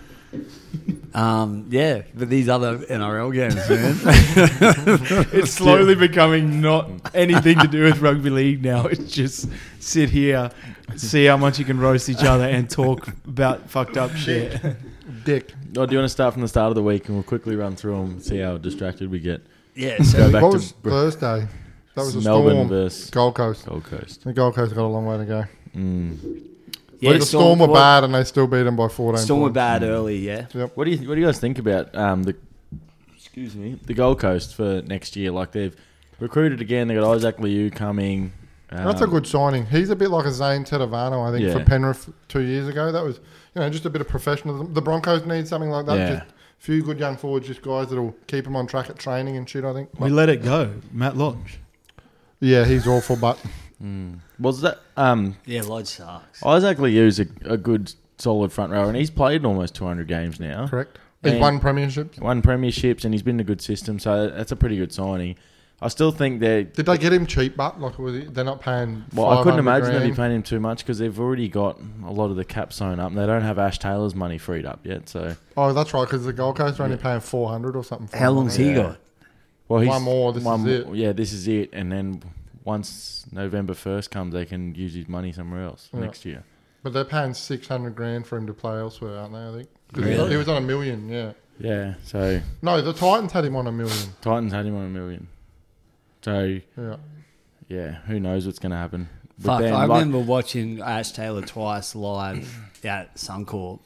S2: Um, yeah, but these other NRL games, man.
S5: *laughs*
S2: *laughs*
S5: It's slowly becoming not anything to do with rugby league now. *laughs* It's just sit here, see how much you can roast each other and talk about fucked *laughs* up shit.
S4: Dick.
S3: *laughs* Oh, do you want to start from the start of the week and we'll quickly run through them and see how distracted we get
S2: yeah, so
S3: go back
S4: What
S3: to
S4: was
S3: Br-
S4: Thursday? That was a
S3: Melbourne
S4: storm.
S3: versus
S4: Gold Coast.
S3: Gold Coast
S4: The Gold Coast got a long way to go.
S3: mm.
S2: yeah,
S4: the Storm, were
S2: well,
S4: bad and they still beat them by 14
S2: Storm were
S4: points.
S2: bad early, yeah.
S3: what do you what do you guys think about um, the excuse me the Gold Coast for next year like they've recruited again they got Isaac Liu coming um,
S4: That's a good signing. He's a bit like a Zane Tedovano, I think, for
S3: Yeah.
S4: Penrith two years ago. That was, you know, just a bit of professionalism. The Broncos need something like that.
S3: Yeah.
S4: Just a few good young forwards, just guys that'll keep them on track at training and shit, I think.
S5: We let it go. Matt Lodge.
S4: yeah, he's awful,
S3: *laughs*
S4: but
S3: was that um,
S2: Yeah, Lodge sucks.
S3: Isaac Liu's a, a good, solid front rower, and he's played in almost 200 games now.
S4: correct. He's
S3: And-
S4: won premierships.
S3: Won premierships, and he's been in a good system, so that's a pretty good signing. I still think they're.
S4: Did they get him cheap, but like, was he, they're not paying.
S3: Well, I
S4: 500
S3: couldn't imagine they'd be
S4: grand.
S3: paying him too much because they've already got a lot of the cap sewn up, and they don't have Ash Taylor's money freed up yet. So,
S4: Oh, that's right, because the Gold Coast are only paying 400 or something. for
S2: How
S4: him,
S2: long's
S4: aren't
S2: he got?
S3: well, he's
S4: One more, this is it.
S3: more- Yeah, this is it, and then once November 1st comes, they can use his money somewhere else
S4: Yeah.
S3: next year.
S4: they? But they're paying 600 grand for him to play elsewhere, aren't they? I think. 'Cause he-
S2: Really?
S4: He was on a million, yeah.
S3: Yeah, so
S4: No, the Titans had him on a million.
S3: Titans had him on a million. So,
S4: Yeah.
S3: yeah, who knows what's going to happen. But
S2: Fuck,
S3: then,
S2: I
S3: like-
S2: remember watching Ash Taylor twice
S3: *clears throat*
S2: live at Suncorp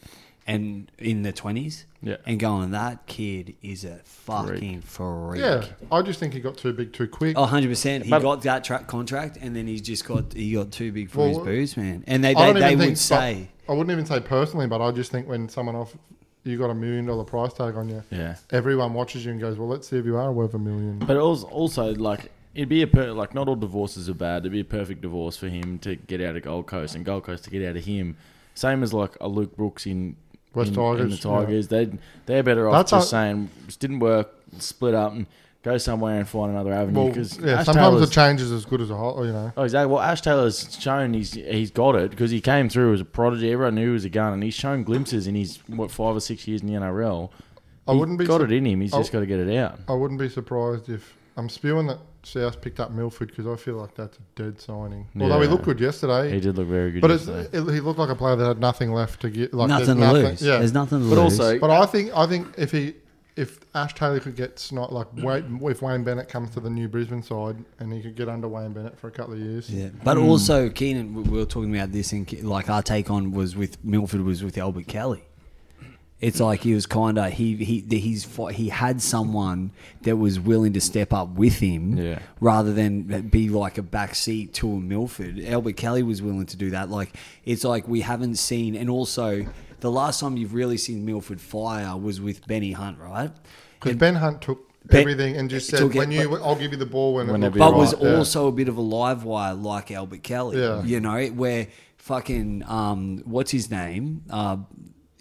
S2: and in the 20s
S3: Yeah.
S2: and going, that kid is a fucking freak.
S4: Yeah. I just think he got too big too quick.
S2: Oh, 100%. He
S3: But-
S2: got that track contract and then he's just got he got too big for his
S4: Well,
S2: boots, man. And they,
S4: I
S2: they,
S4: don't even
S2: they
S4: think-
S2: would say,
S4: I wouldn't even say personally, but I just think when someone off, you got a million dollar price tag on you,
S3: Yeah.
S4: everyone watches you and goes, well, let's see if you are worth a million.
S3: But also, also like it'd be a per- like not all divorces are bad. It'd be a perfect divorce for him to get out of Gold Coast and Gold Coast to get out of him. Same as like a Luke Brooks in
S4: West
S3: in,
S4: Tigers,
S3: in the Tigers. They they're better off
S4: That's
S3: just
S4: how-
S3: saying this didn't work. Split up and go somewhere and find another avenue.
S4: Well,
S3: Because
S4: yeah, sometimes a change is as good as a whole, you know.
S3: Oh, exactly. Well, Ash Taylor's shown he's he's got it because he came through as a prodigy. Everyone knew he was a gun, and he's shown glimpses in his what five or six years in the NRL.
S4: I
S3: He's
S4: wouldn't be
S3: got
S4: sur-
S3: it in him. He's
S4: I-
S3: just got to get it out.
S4: I wouldn't be surprised if I'm spewing that South picked up Milford because I feel like that's a dead signing. Although he
S3: Yeah.
S4: looked good yesterday,
S3: He did look very good.
S4: but it's,
S3: yesterday.
S4: it, he looked like a player that had nothing left to get. Like there's
S2: nothing to lose.
S4: Yeah,
S2: There's nothing to
S3: but
S2: lose.
S3: also
S4: But I think I think if he if Ash Taylor could get snot like Wayne, if Wayne Bennett comes to the new Brisbane side and he could get under Wayne Bennett for a couple of years.
S2: Yeah, but also Keenan, we we were talking about this, and Ke- like our take on was with Milford was with Albert Kelly. It's like he was kind of he he the- he's fi- he had someone that was willing to step up with him,
S3: Yeah.
S2: rather than uh, be like a backseat to a Milford. Albert Kelly was willing to do that. Like it's like we haven't seen, and also the last time you've really seen Milford fire was with Benny Hunt, right?
S4: Because Ben Hunt took
S2: Ben-
S4: everything and just
S2: it
S4: said,
S2: took it,
S4: "When you, I'll give you the ball when it
S3: Whenever
S4: looks
S3: you're
S2: but
S4: right."
S2: was
S4: Yeah.
S2: also a bit of a live wire like Albert Kelly.
S4: Yeah.
S2: You know, where fucking um, what's his name? Uh,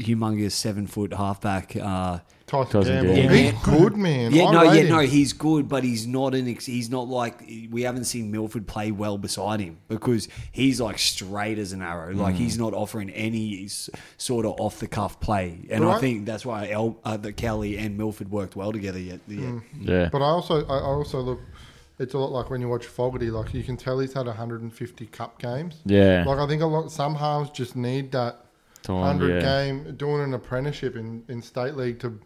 S2: humongous seven foot halfback. Uh,
S4: Tyson,
S3: Tyson
S4: Gamble.
S3: Gamble.
S4: He's good, man.
S2: yeah,
S4: I
S2: no,
S4: rate
S2: yeah,
S4: him.
S2: no, he's good, but he's not an. Ex- he's not like we haven't seen Milford play well beside him because he's like straight as an arrow.
S4: Mm.
S2: Like he's not offering any s- sort of off the cuff play, and I
S4: Right.
S2: think that's why El, uh, that Kelly and Milford worked well together. Yet, yet.
S4: Mm.
S3: Yeah.
S4: But I also, I I also look. It's a lot like when you watch Fogarty. Like you can tell he's had 150 cup games.
S3: Yeah.
S4: Like I think a lot. Some halves just need that
S3: Time,
S4: 100
S3: yeah.
S4: game doing an apprenticeship in, in state league to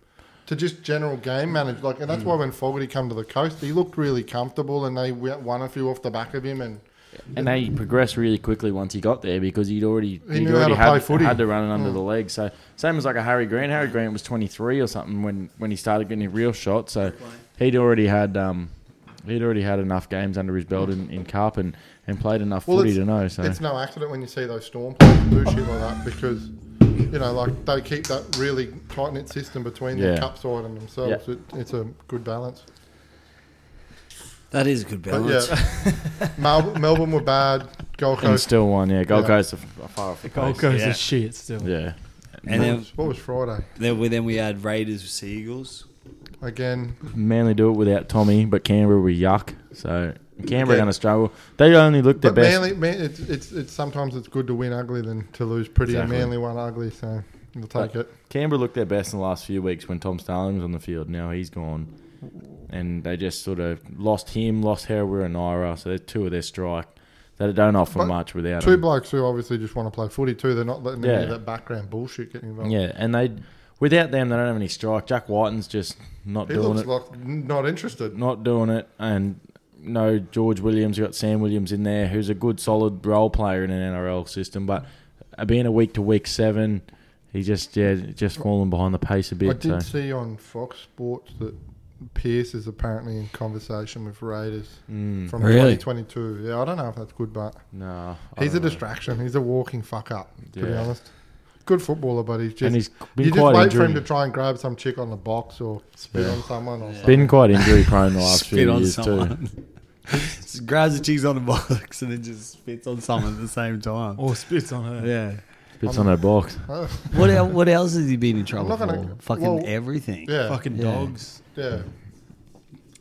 S4: to just general game manage. Like, and that's
S3: Mm.
S4: why when Fogarty come to the coast, he looked really comfortable, and they w- won a few off the back of him. And
S3: And they progressed really quickly once he got there because he'd already
S4: He
S3: he'd
S4: knew how
S3: already
S4: to play
S3: had,
S4: footy. Mm.
S3: had to run it under the leg. So same as like a Harry Grant. Harry Grant was 23 or something when, when he started getting a real shot. So he'd already had um he'd already had enough games under his belt in, in cup and, and played enough
S4: well,
S3: footy
S4: it's,
S3: to know. So
S4: it's no accident when you see those storm players do shit like that because. You know, like they keep that really tight knit system between their
S3: Yeah.
S4: cup side and themselves.
S3: Yeah.
S4: It, it's a good balance.
S2: that is a good
S4: But
S2: balance.
S4: *laughs* yeah, Mel- Melbourne were bad. Gold
S3: and
S4: Coast.
S3: still won. Yeah, Gold
S4: Yeah.
S3: Coast are f- far off the
S5: Gold
S3: coast.
S5: Coast
S2: Yeah.
S5: is shit still.
S3: Yeah.
S2: And
S4: what,
S2: then,
S4: was, what was Friday?
S2: then we then we had Raiders with Seagulls.
S4: Again,
S3: Manly do it without Tommy, but Canberra were yuck. So Canberra
S4: Yeah.
S3: going to struggle. They only looked the
S4: but
S3: best.
S4: Manly, man, it's, it's it's sometimes it's good to win ugly than to lose pretty.
S3: Exactly.
S4: And Manly won ugly, so we'll take
S3: But-
S4: it.
S3: Canberra looked their best in the last few weeks when Tom Starling was on the field. Now he's gone, and they just sort of lost him, lost Hereward and Ira. So they're two of their strike. They don't offer
S4: But
S3: much without
S4: Two
S3: him.
S4: blokes who obviously just want to play footy too. They're not letting any of
S3: Yeah.
S4: that background bullshit get involved.
S3: yeah, and they without them they don't have any strike. Jack Whiten's just not
S4: he
S3: doing
S4: looks
S3: it.
S4: like n- not interested.
S3: not doing it, and no George Williams. You got Sam Williams in there, who's a good, solid role player in an NRL system, but being a week to week seven, he just yeah just falling behind the pace a
S4: I
S3: bit.
S4: did
S3: So.
S4: see on Fox Sports that Pierce is apparently in conversation with Raiders
S3: Mm,
S4: from
S2: Really?
S4: 2022. Yeah, I don't know if that's good, but
S3: no, I
S4: he's a
S3: don't know.
S4: distraction. He's a walking fuck up. To be
S3: Yeah.
S4: honest, good footballer, but he's just
S3: and he's
S4: you
S3: been
S4: just wait
S3: quite
S4: for him
S3: injury.
S4: to try and grab some chick on the box or spit on someone or something.
S3: Been quite injury
S2: *laughs*
S3: prone the last
S2: Spit
S3: few
S2: on
S3: years too.
S2: someone.
S7: *laughs* Just grabs the cheese on the box and then just spits on someone at the same time.
S2: Oh.
S5: Or spits on her.
S7: Yeah.
S3: Spits on her box.
S2: what el- what else has he been in trouble
S4: not
S2: for?
S4: gonna-
S2: Fucking
S4: well,
S2: everything.
S4: Yeah,
S5: Fucking
S2: Yeah.
S5: dogs.
S4: yeah.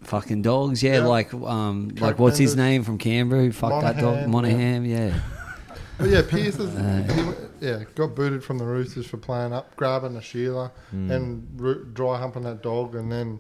S2: Fucking dogs. Yeah,
S4: Yeah.
S2: like um, like
S4: Coke
S2: what's his
S4: vendors.
S2: name from Canberra who fucked that dog?
S4: Monaghan,
S2: Monaghan. Yeah.
S4: But yeah, Pierce
S2: *laughs*
S4: is, he, yeah got booted from the Roosters for playing up, grabbing a Sheila
S3: Hmm.
S4: and ru- dry humping that dog, and then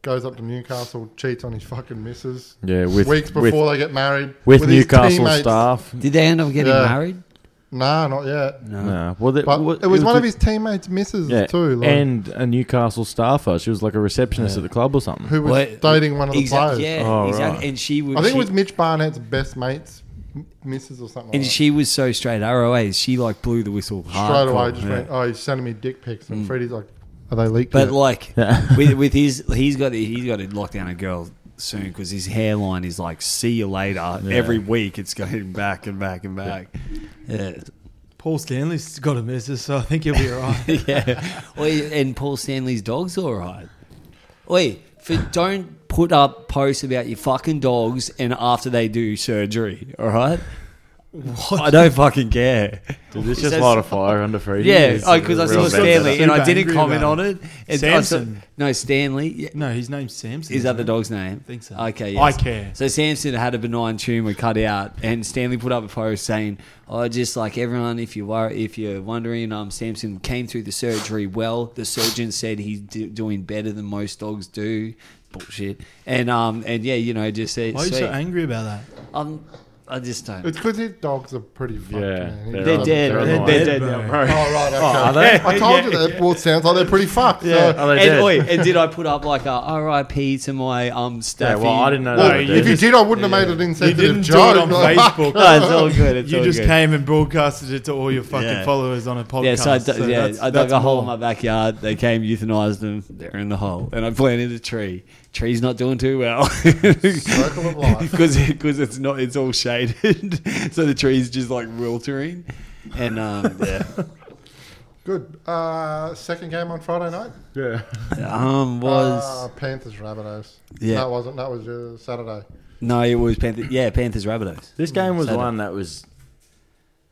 S4: goes up to Newcastle, cheats on his fucking missus.
S3: Yeah, with
S4: weeks before
S3: with,
S4: they get married
S3: with,
S4: his
S3: Newcastle
S4: teammates.
S3: staff.
S2: Did they end up getting
S4: Yeah.
S2: married?
S4: Nah, not yet.
S3: No, well, that,
S4: But
S3: well,
S4: it was one
S3: a-
S4: of his teammates' misses
S3: yeah,
S4: too, like,
S3: and a Newcastle staffer. She was like a receptionist at the club or something.
S4: who was
S2: Wait,
S4: dating one of the
S2: Exactly.
S4: players.
S2: Yeah.
S3: Oh,
S2: exactly.
S3: right.
S2: And she was.
S4: I think
S2: she,
S4: it was Mitch Barnett's best mate's m- missus or something.
S2: And
S4: like
S2: she was so straight arrow. eh? She like blew the whistle
S4: that.
S2: hard.
S4: straight away just went, "Oh, he's sending me dick pics,"
S5: Mm.
S4: and Freddie's like, "Are they leaked?"
S2: But
S4: yet?"
S2: like
S3: Yeah.
S2: with
S5: *laughs*
S2: with his, he's got to, he's got to lock down a girl soon because his hairline is like, see you later. Every week it's going back and back and back. Yeah.
S5: Paul Stanley's got a missus, so I think he'll be all
S2: *laughs*
S5: right. *laughs*
S2: yeah. Oi, and Paul Stanley's dog's all right. Oi, for, don't put up posts about your fucking dogs and after they do surgery, all right? I don't fucking care.
S3: Did this
S2: It
S3: just
S2: says-
S3: light a fire under Freddie?
S2: Yeah, because I saw
S5: real
S2: Stanley
S5: bad.
S2: and I
S5: Super
S2: didn't
S5: angry
S2: comment
S5: about
S2: on it. And I saw-
S5: Samson.
S2: no, Stanley. yeah,
S5: no, his name's Samson.
S2: Is that the
S5: isn't it?
S2: dog's name?
S5: think so.
S2: Okay,
S5: I
S2: yes.
S5: care.
S2: So Samson had a benign tumor cut out, and Stanley put up a post saying, "Oh, just like everyone, if you were, if you're wondering, um, Samson came through the surgery well. The surgeon said he's do- doing better than most dogs do. Bullshit. And um, and yeah, you know, just say,
S5: Why are you
S2: say,
S5: so angry about that?
S2: um, I just don't.
S4: It's because his dogs are pretty fucked.
S3: Yeah,
S4: man.
S2: they're
S4: He
S3: they're on-
S4: doesn't-
S2: dead.
S3: they're
S2: They're,
S3: on
S2: dead,
S5: line.
S2: now,
S5: Bro.
S2: bro.
S4: Oh right, okay. I told
S5: *laughs*
S4: you that. Well, it sounds like they're pretty fucked.
S3: Are
S4: So.
S3: Oh, they
S2: And,
S3: dead?
S2: oi, and did I put up like a R.I.P. to my um
S3: yeah,
S2: staff?
S3: well, I didn't know
S4: Well,
S3: that.
S4: if you *laughs* did, I wouldn't have made an insensitive
S5: didn't do it
S4: joke. *laughs*
S5: on
S4: Like,
S5: Facebook.
S4: fuck.
S2: it's all good. It's
S5: you
S2: all
S5: just
S2: good.
S5: came and broadcasted it to all your fucking
S2: Yeah.
S5: followers on a podcast.
S2: Yeah, so I, d-
S5: so
S2: yeah,
S5: that's-
S2: I dug
S5: that's
S2: a hole
S5: more.
S2: in my backyard. They came, euthanized them. They're in the hole, and I planted a tree. Tree's not doing too well
S4: Circle
S2: *laughs*
S4: of life.
S2: because it's not it's all shaded, *laughs* so the tree's just like wilting. And um, yeah,
S4: Good. Uh, second game on Friday night
S3: yeah.
S2: um, was
S4: uh, Panthers Rabbitohs.
S2: Yeah.
S4: that wasn't. That was uh, Saturday.
S2: no, it was Panther. Yeah, Panthers Rabbitohs.
S3: This game was
S2: Saturday.
S3: one that was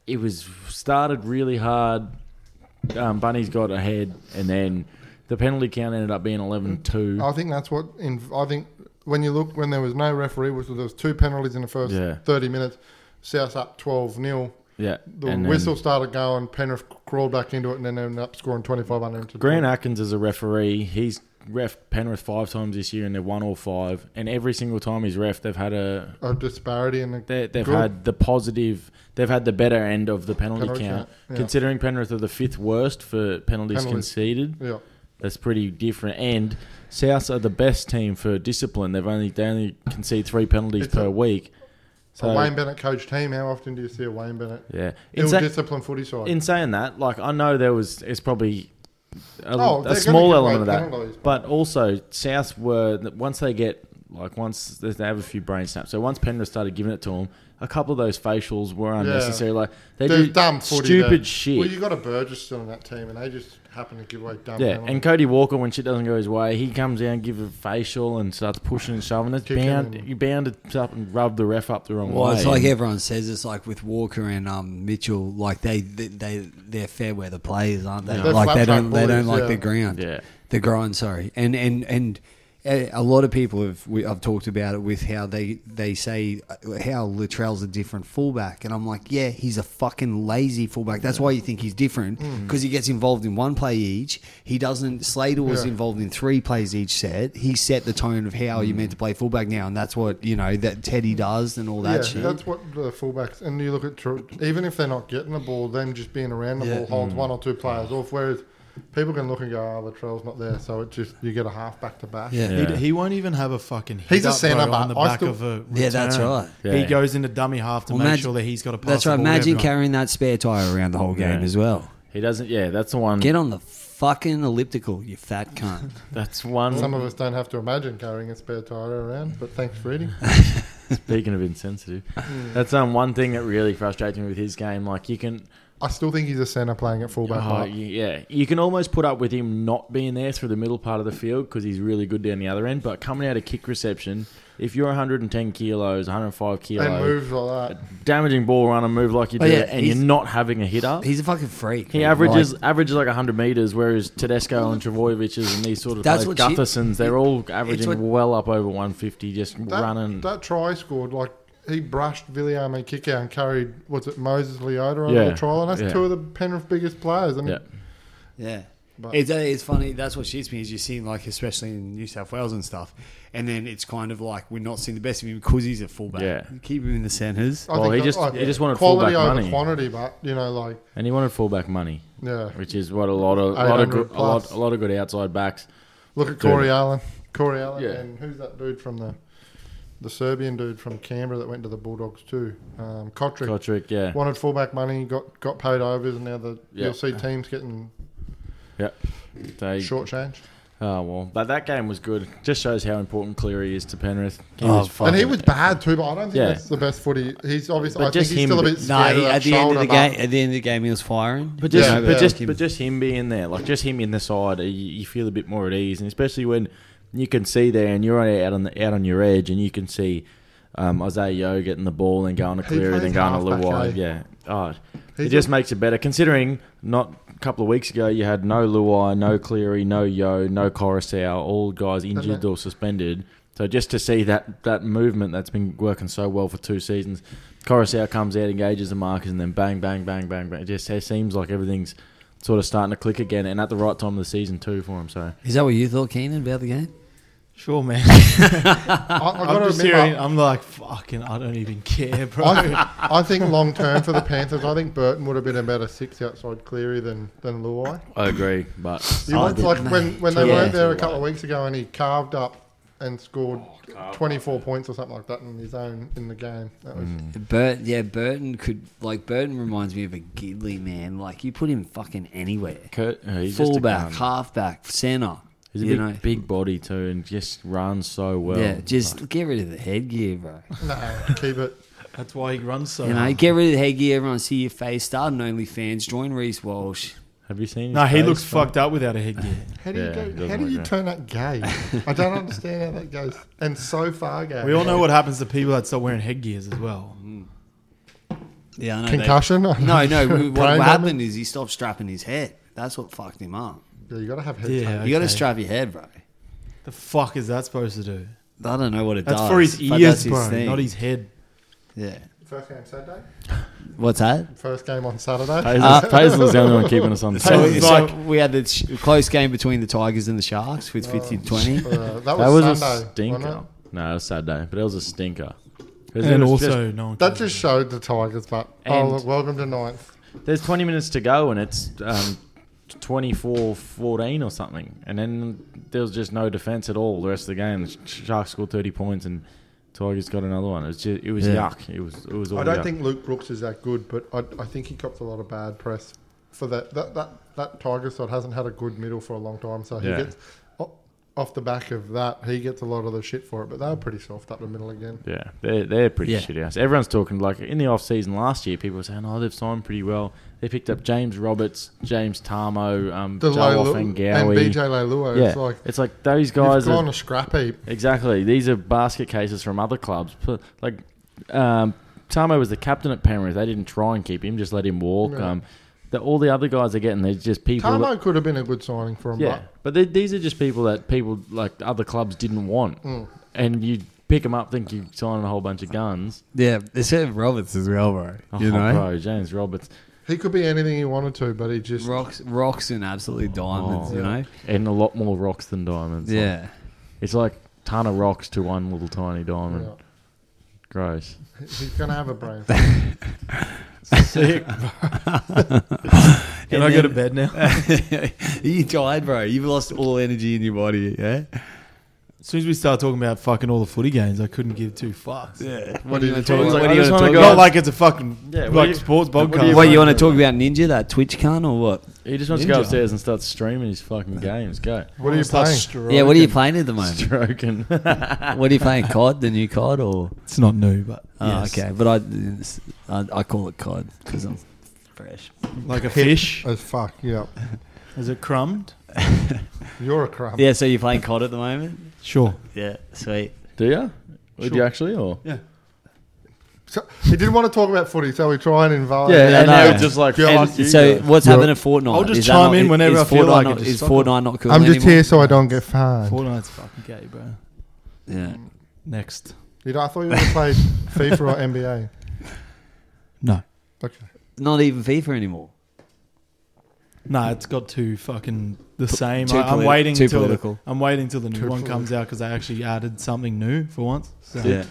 S3: it was started really hard, um, Bunny's got ahead, and then the penalty count ended up being 11-2.
S4: I think that's what. In, I think when you look when there was no referee, which was there was two penalties in the first
S3: Yeah.
S4: thirty minutes. South up twelve 0
S3: yeah,
S4: The
S3: and then
S4: whistle started going. Penrith crawled back into it and then ended up scoring twenty five unanswered.
S3: Grant Atkins is a referee. He's ref Penrith five times this year, and they've won all five. And every single time he's ref, they've had a
S4: a disparity in the
S3: They, they've
S4: Good.
S3: had the positive, they've had the better end of the penalty,
S4: Penalty count,
S3: count.
S4: yeah.
S3: Considering Penrith are the fifth worst for penalties,
S4: Penalties.
S3: conceded,
S4: yeah.
S3: that's pretty different. And South are the best team for discipline. They've only they only concede three penalties
S4: It's
S3: per
S4: a-
S3: week. So
S4: a Wayne Bennett coach team. How often do you see a Wayne Bennett
S3: yeah, in,
S4: ill
S3: sa-
S4: disciplined footy side?
S3: in saying that, like I know there was, it's probably a,
S4: Oh,
S3: a
S4: they're gonna
S3: small
S4: give
S3: element of
S4: away
S3: that,
S4: penalties.
S3: but also South were once they get like once they have a few brain snaps. So once Penrith started giving it to them, a couple of those facials were unnecessary. Like they
S4: There's
S3: do
S4: dumb footy
S3: stupid
S4: there.
S3: shit.
S4: Well, you got a Burgess still on that team, and they just happen to give away dumb.
S3: yeah,
S4: penalties.
S3: and Cody Walker, when shit doesn't go his way, he comes down, gives a facial, and starts pushing and shoving. It's
S4: Kicking
S3: bound,
S4: and-
S3: you bound to up and rub the ref up the wrong
S2: Well,
S3: way.
S2: it's like everyone says. It's like with Walker and um, Mitchell, like they they they- they're fair weather players, aren't they?
S4: They're
S2: Like they
S4: flat-track
S2: don't they don't
S4: bullies,
S2: like
S4: yeah.
S2: the ground,
S3: Yeah.
S2: the grind. Sorry, and and and uh, a lot of people have we, I've talked about it with how they they say uh, how Luttrell's a different fullback, and I'm like, yeah, he's a fucking lazy fullback. That's why you think he's different
S4: Mm.
S2: because he gets involved in one play each. He doesn't. Slater was
S4: Yeah.
S2: involved in three plays each set. He set the tone of how
S4: Mm.
S2: you're meant to play fullback now, and that's what you know that Teddy does and all that
S4: yeah,
S2: shit.
S4: that's what the fullbacks. And you look at Tr- even if they're not getting the ball, them just being around the
S2: Yeah.
S4: ball
S3: mm.
S4: holds one or two players off. Whereas people can look and go, "Oh, Latrell's not there," so it just you get a half back to back.
S2: Yeah.
S3: Yeah.
S5: He, he won't even have a fucking. Hit
S4: He's a
S5: up, bro,
S4: centre
S5: on
S4: back.
S5: the
S4: I
S5: back
S4: still-
S5: of a. Return.
S2: Yeah, that's right.
S5: He
S3: Yeah.
S5: goes into dummy half to
S2: Well,
S5: make
S2: imagine-
S5: sure that he's got a pass.
S2: That's
S5: the
S2: right.
S5: ball to
S2: Imagine
S5: everyone.
S2: carrying that spare tire around the whole game
S3: Yeah.
S2: as well.
S3: he doesn't. Yeah, that's the one.
S2: Get on the fucking elliptical, you fat
S3: *laughs*
S2: cunt.
S3: That's one.
S4: Some of us don't have to imagine carrying a spare tire around, but thanks for reading.
S3: Speaking of insensitive, that's um one thing that really frustrates me with his game. Like you can,
S4: I still think he's a centre playing at fullback.
S3: oh,
S4: but
S3: you- yeah, you can almost put up with him not being there through the middle part of the field because he's really good down the other end. But coming out of kick reception, if you're 110 kilos, 105
S4: they
S3: kilos,
S4: move like that.
S3: damaging ball runner move like you do,
S2: Oh, yeah,
S3: and you're
S2: he's-
S3: not having a hit up.
S2: He's a fucking freak.
S3: He
S2: man.
S3: averages
S2: Like,
S3: averages like 100 meters, whereas Tedesco and Travojeviches and these sort of
S2: That's
S3: players,
S2: what she-
S3: Guthersons, they're all averaging
S2: what-
S3: well up over 150, just
S4: That,
S3: running.
S4: that try scored like he brushed Villiame kick out and carried what's it Moses Leota over
S3: Yeah,
S4: the trial, and that's
S3: yeah.
S4: two of the Penrith biggest players. And
S3: yeah.
S2: yeah.
S4: But-
S2: It's, uh, it's funny. That's what shits me is you're seeing like, especially in New South Wales and stuff, and then it's kind of like we're not seeing the best of him because he's a fullback.
S3: Yeah.
S2: keep him in the centres.
S4: I
S3: Well,
S4: think
S3: he
S4: that,
S3: just-
S4: like,
S3: he just wanted
S4: quality
S3: fullback
S4: over
S3: money.
S4: quantity, but you know, like
S3: And he wanted fullback money.
S4: yeah.
S3: which is what a lot of a lot of
S4: 800
S3: good, a lot
S4: plus.
S3: a lot of good outside backs.
S4: Look at Corey Allen. Corey Allen
S3: Yeah.
S4: and who's that dude from the the Serbian dude from Canberra that went to the Bulldogs too? Um, Kotrick.
S3: Kotrick, yeah,
S4: Wanted fullback money, got got paid overs, and now the
S3: Yeah.
S4: you'll see teams getting
S3: they,
S4: short change.
S3: oh well, but that game was good. Just shows how important Cleary is to Penrith. He was
S4: And he
S3: fucking-
S4: was bad too, but I don't think
S3: Oh, Yeah.
S4: that's the best footy. He's obviously, I
S3: But
S4: think
S3: just
S4: he's
S3: him-
S4: still a bit
S7: No,
S4: scared of
S7: he,
S4: that
S7: at the end of the
S4: shoulder, but
S7: game, at the end of the game, he was firing.
S3: But just,
S4: Yeah,
S3: but
S4: yeah.
S3: just, but just him being there, like just him in the side, you, you feel a bit more at ease, and especially when you can see there, and you're out on the, out on your edge, and you can see um, Isaiah Yo getting the ball and going to Cleary,
S4: plays
S3: then going to
S4: halfback,
S3: Luai.
S4: eh?
S3: Yeah, oh, it
S4: He's
S3: just
S4: a-
S3: makes it better. Considering not a couple of weeks ago, you had no Luai, no Cleary, no Yo, no Coruscant, all guys injured or suspended. So just to see that that movement that's been working so well for two seasons, Coruscant comes out, engages the markers, and then bang, bang, bang, bang, bang. It just it seems like everything's sort of starting to click again, and at the right time of the season too for him. So
S2: Is that what you thought, Keenan, about the game?
S5: Sure, man.
S2: *laughs*
S4: I, I
S5: I'm
S4: got
S5: just
S4: to remember,
S5: hearing. I'm like, fucking. I don't even care, bro.
S4: I, I think long term for the Panthers, I think Burton would have been about a six outside Cleary than than Luai.
S3: I agree, but
S4: You
S2: Oh,
S4: went, like
S2: mate,
S4: when, when they
S3: yeah.
S4: weren't there a couple of weeks ago and he carved up and scored 24 points or something like that in his own in the game. That was,
S2: Mm. Bert, yeah, Burton could like Burton reminds me of a Gidley man. Like you put him fucking anywhere.
S3: *laughs* Kurt, uh, he's just a
S2: fullback,
S3: gun.
S2: halfback, center.
S3: He's a
S2: you
S3: big,
S2: know,
S3: big body too, and just runs so well.
S2: yeah. Just get rid of the headgear,
S5: *laughs*
S2: bro.
S4: no, keep it.
S5: That's why he runs so.
S2: You know,
S5: hard.
S2: get rid of the headgear. Everyone see your face. Start an OnlyFans. Join Reese Walsh.
S3: Have you seen? His
S5: No, he
S3: face?
S5: looks fucked up without a headgear.
S4: How do
S3: Yeah, it
S4: you, go,
S3: doesn't
S4: how do
S3: look
S4: you
S3: good.
S4: turn that gay? I don't understand how that goes. And so far gay.
S5: We all know what happens to people that start wearing headgears as well.
S2: Yeah, I know. they-
S4: Concussion?
S2: No, no. we-
S4: Brain
S2: what
S4: damage? *laughs*
S3: *laughs*
S2: happened is he stopped strapping his head. That's what fucked him up.
S4: Yeah, you got to have head
S5: Yeah.
S4: tape.
S2: You got to
S5: Okay.
S2: strap your head, bro.
S5: The fuck is that supposed to do?
S2: I don't know what it
S5: That's
S2: does.
S5: for his
S2: but
S5: ears,
S2: that's his
S5: bro,
S2: thing.
S5: not his head.
S2: Yeah.
S4: First game Saturday.
S2: What's that?
S4: First game on Saturday.
S3: Paisley's, *laughs* Paisley's the only one keeping us on
S2: So,
S3: track.
S2: so Oh, we had the sh- close game between the Tigers and the Sharks with 50 20. *laughs*
S4: Uh, that
S3: That
S4: was
S3: was
S4: Sunday.
S3: a
S4: wasn't
S3: stinker.
S4: it?
S3: No, it was Saturday, but it was a stinker. 'Cause there
S5: And
S3: was
S5: also, no one
S4: That
S5: cares.
S4: just showed the Tigers, but
S3: And-
S4: oh, look, welcome to ninth.
S3: just- there's 20 minutes to go, and it's um, 24-14 or something, and then there was just no defense at all the rest of the game. The Sh- Sharks scored 30 points, and Tigers got another one. It was just, it was
S2: Yeah.
S3: yuck. It was it was. All
S4: I don't
S3: yuck.
S4: think Luke Brooks is that good, but I, I think he copped a lot of bad press for that. That that that Tiger side hasn't had a good middle for a long time, so he
S3: Yeah.
S4: gets o- off the back of that. He gets a lot of the shit for it, but they were pretty soft up the middle again.
S3: Yeah, they're, they're pretty
S2: Yeah.
S3: shit house. Everyone's talking like in the off season last year. People were saying, "Oh, they've signed pretty well. They picked up James Roberts, James Tarmo, um,
S4: The
S3: Joe
S4: Lelu- and BJ
S3: Offengawi.
S4: Leilua,
S3: Yeah,
S4: it's like
S3: it's like those
S4: you've
S3: guys.
S4: gone
S3: Are,
S4: a scrap heap.
S3: exactly, these are basket cases from other clubs. P- Like um, Tarmo was the captain at Penrith. They didn't try and keep him; just let him walk.
S4: Yeah.
S3: Um, the, all the other guys are getting they're just people. that-
S4: Tarmo could have been a good signing for him,
S3: yeah, but they, these are just people that people like other clubs didn't want, and you pick them up, think you signing a whole bunch of guns. Oh,
S7: Yeah, they said Roberts as well, bro.
S2: Oh,
S7: You know,
S3: bro, James Roberts.
S4: but he could be anything he wanted to, but he just
S2: Rocks, rocks and absolute diamonds, you know?
S3: and a lot more rocks than diamonds. Like-
S2: Oh. *laughs* Yeah.
S3: it's like ton of rocks to one little tiny diamond.
S4: Yeah.
S3: Gross.
S4: he- he's gonna have a *laughs* brain.
S2: *laughs*
S5: Can I go to bed now?
S2: *laughs* you tired, bro. You've lost all energy in your body, yeah?
S5: As soon as we start talking about fucking all the footy games, I couldn't give two fucks.
S2: Yeah. What do you want to
S4: talk
S2: talk
S4: about?
S2: about?
S3: I just wanna go-
S5: Not like it's a fucking
S3: Yeah, what do
S5: like
S3: you-
S5: sports
S3: what do
S5: podcast.
S2: What, you want to talk about Ninja, that Twitch can or what?
S3: He just wants to
S5: Ninja.
S3: go upstairs and start streaming his fucking games. Go.
S4: What are you playing?
S2: Yeah, what are *laughs* you playing at the moment?
S3: *laughs* Stroking.
S2: what are you playing? COD, the new COD, or?
S5: It's not new, but
S2: Oh, okay. But I, I, I call it COD because I'm fresh.
S5: Like a fish.
S4: As Oh, fuck, yeah.
S5: Is it crumbed?
S4: You're a crumb.
S2: Yeah, so you're playing COD at the moment?
S5: Sure.
S2: Yeah, sweet.
S3: Do you? Would you actually? Or yeah,
S4: So, he didn't want to talk about footy, so we try and invite.
S2: Yeah,
S3: and
S2: no.
S3: they were just like,
S4: Yeah,
S3: "Fuck
S4: like-
S3: you
S2: So
S3: guys."
S2: what's
S4: You're-
S2: happening at Fortnite?
S5: I'll just
S2: Is that
S5: chime
S2: not-
S5: in
S2: is-
S5: whenever
S2: is
S5: I feel
S2: Fortnite
S5: like it,
S2: Not,
S5: just
S2: is
S5: stop it.
S2: Fortnite not cool
S4: I'm just
S2: anymore?
S4: here so I don't get fined.
S5: Fortnite's fucking gay, bro.
S2: Yeah.
S5: Next.
S4: You know, I thought you were *laughs* played FIFA or NBA.
S5: No.
S4: Okay.
S2: Not even FIFA anymore.
S5: No, it's got too fucking the same.
S2: too
S5: I, I'm
S2: politi-
S5: waiting
S2: too
S5: until
S2: political.
S5: I'm waiting till the new
S4: Too
S5: one
S4: politi-
S5: comes out because they actually added something new for once. So.
S2: Yeah.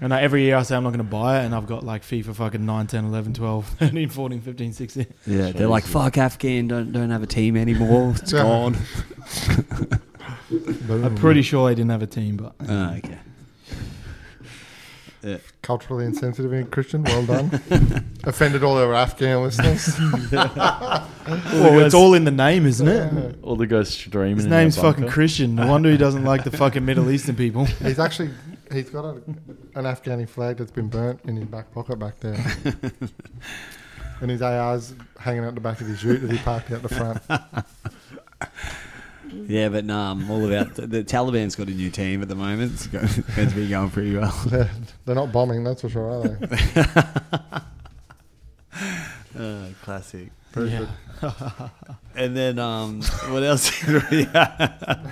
S5: And I, every year I say I'm not going to buy it, and I've got like FIFA fucking 9, 10, 11, *laughs* 12, 13, 14, 15, 16.
S2: Yeah. They're like, fuck Afghan, don't don't have a team *laughs* anymore. It's
S4: Yeah. *laughs*
S2: gone.
S5: I'm pretty sure they didn't have a team, but
S2: Oh, okay.
S4: Culturally insensitive and Christian. Well *laughs* done. Offended all our Afghan *laughs* listeners.
S5: well, it's all in the name, isn't it?
S3: all the guys streaming.
S5: His
S3: in their
S5: name's fucking
S3: bunker.
S5: Christian. No wonder he doesn't like the fucking Middle Eastern people.
S4: he's actually he's got a, an Afghani flag that's been burnt in his back pocket back
S3: *laughs*
S4: there. and his AR's hanging out the back of his ute that he parked out the front.
S2: *laughs* Yeah, but nah, I'm all about the, the Taliban's got a new team at the moment. *laughs* It's going, going to be going pretty
S5: *laughs*
S2: well. *laughs*
S4: They're, they're not bombing, that's for sure, are they?
S2: Uh, classic.
S4: Pretty good.
S2: And then um, what else *laughs* did we have?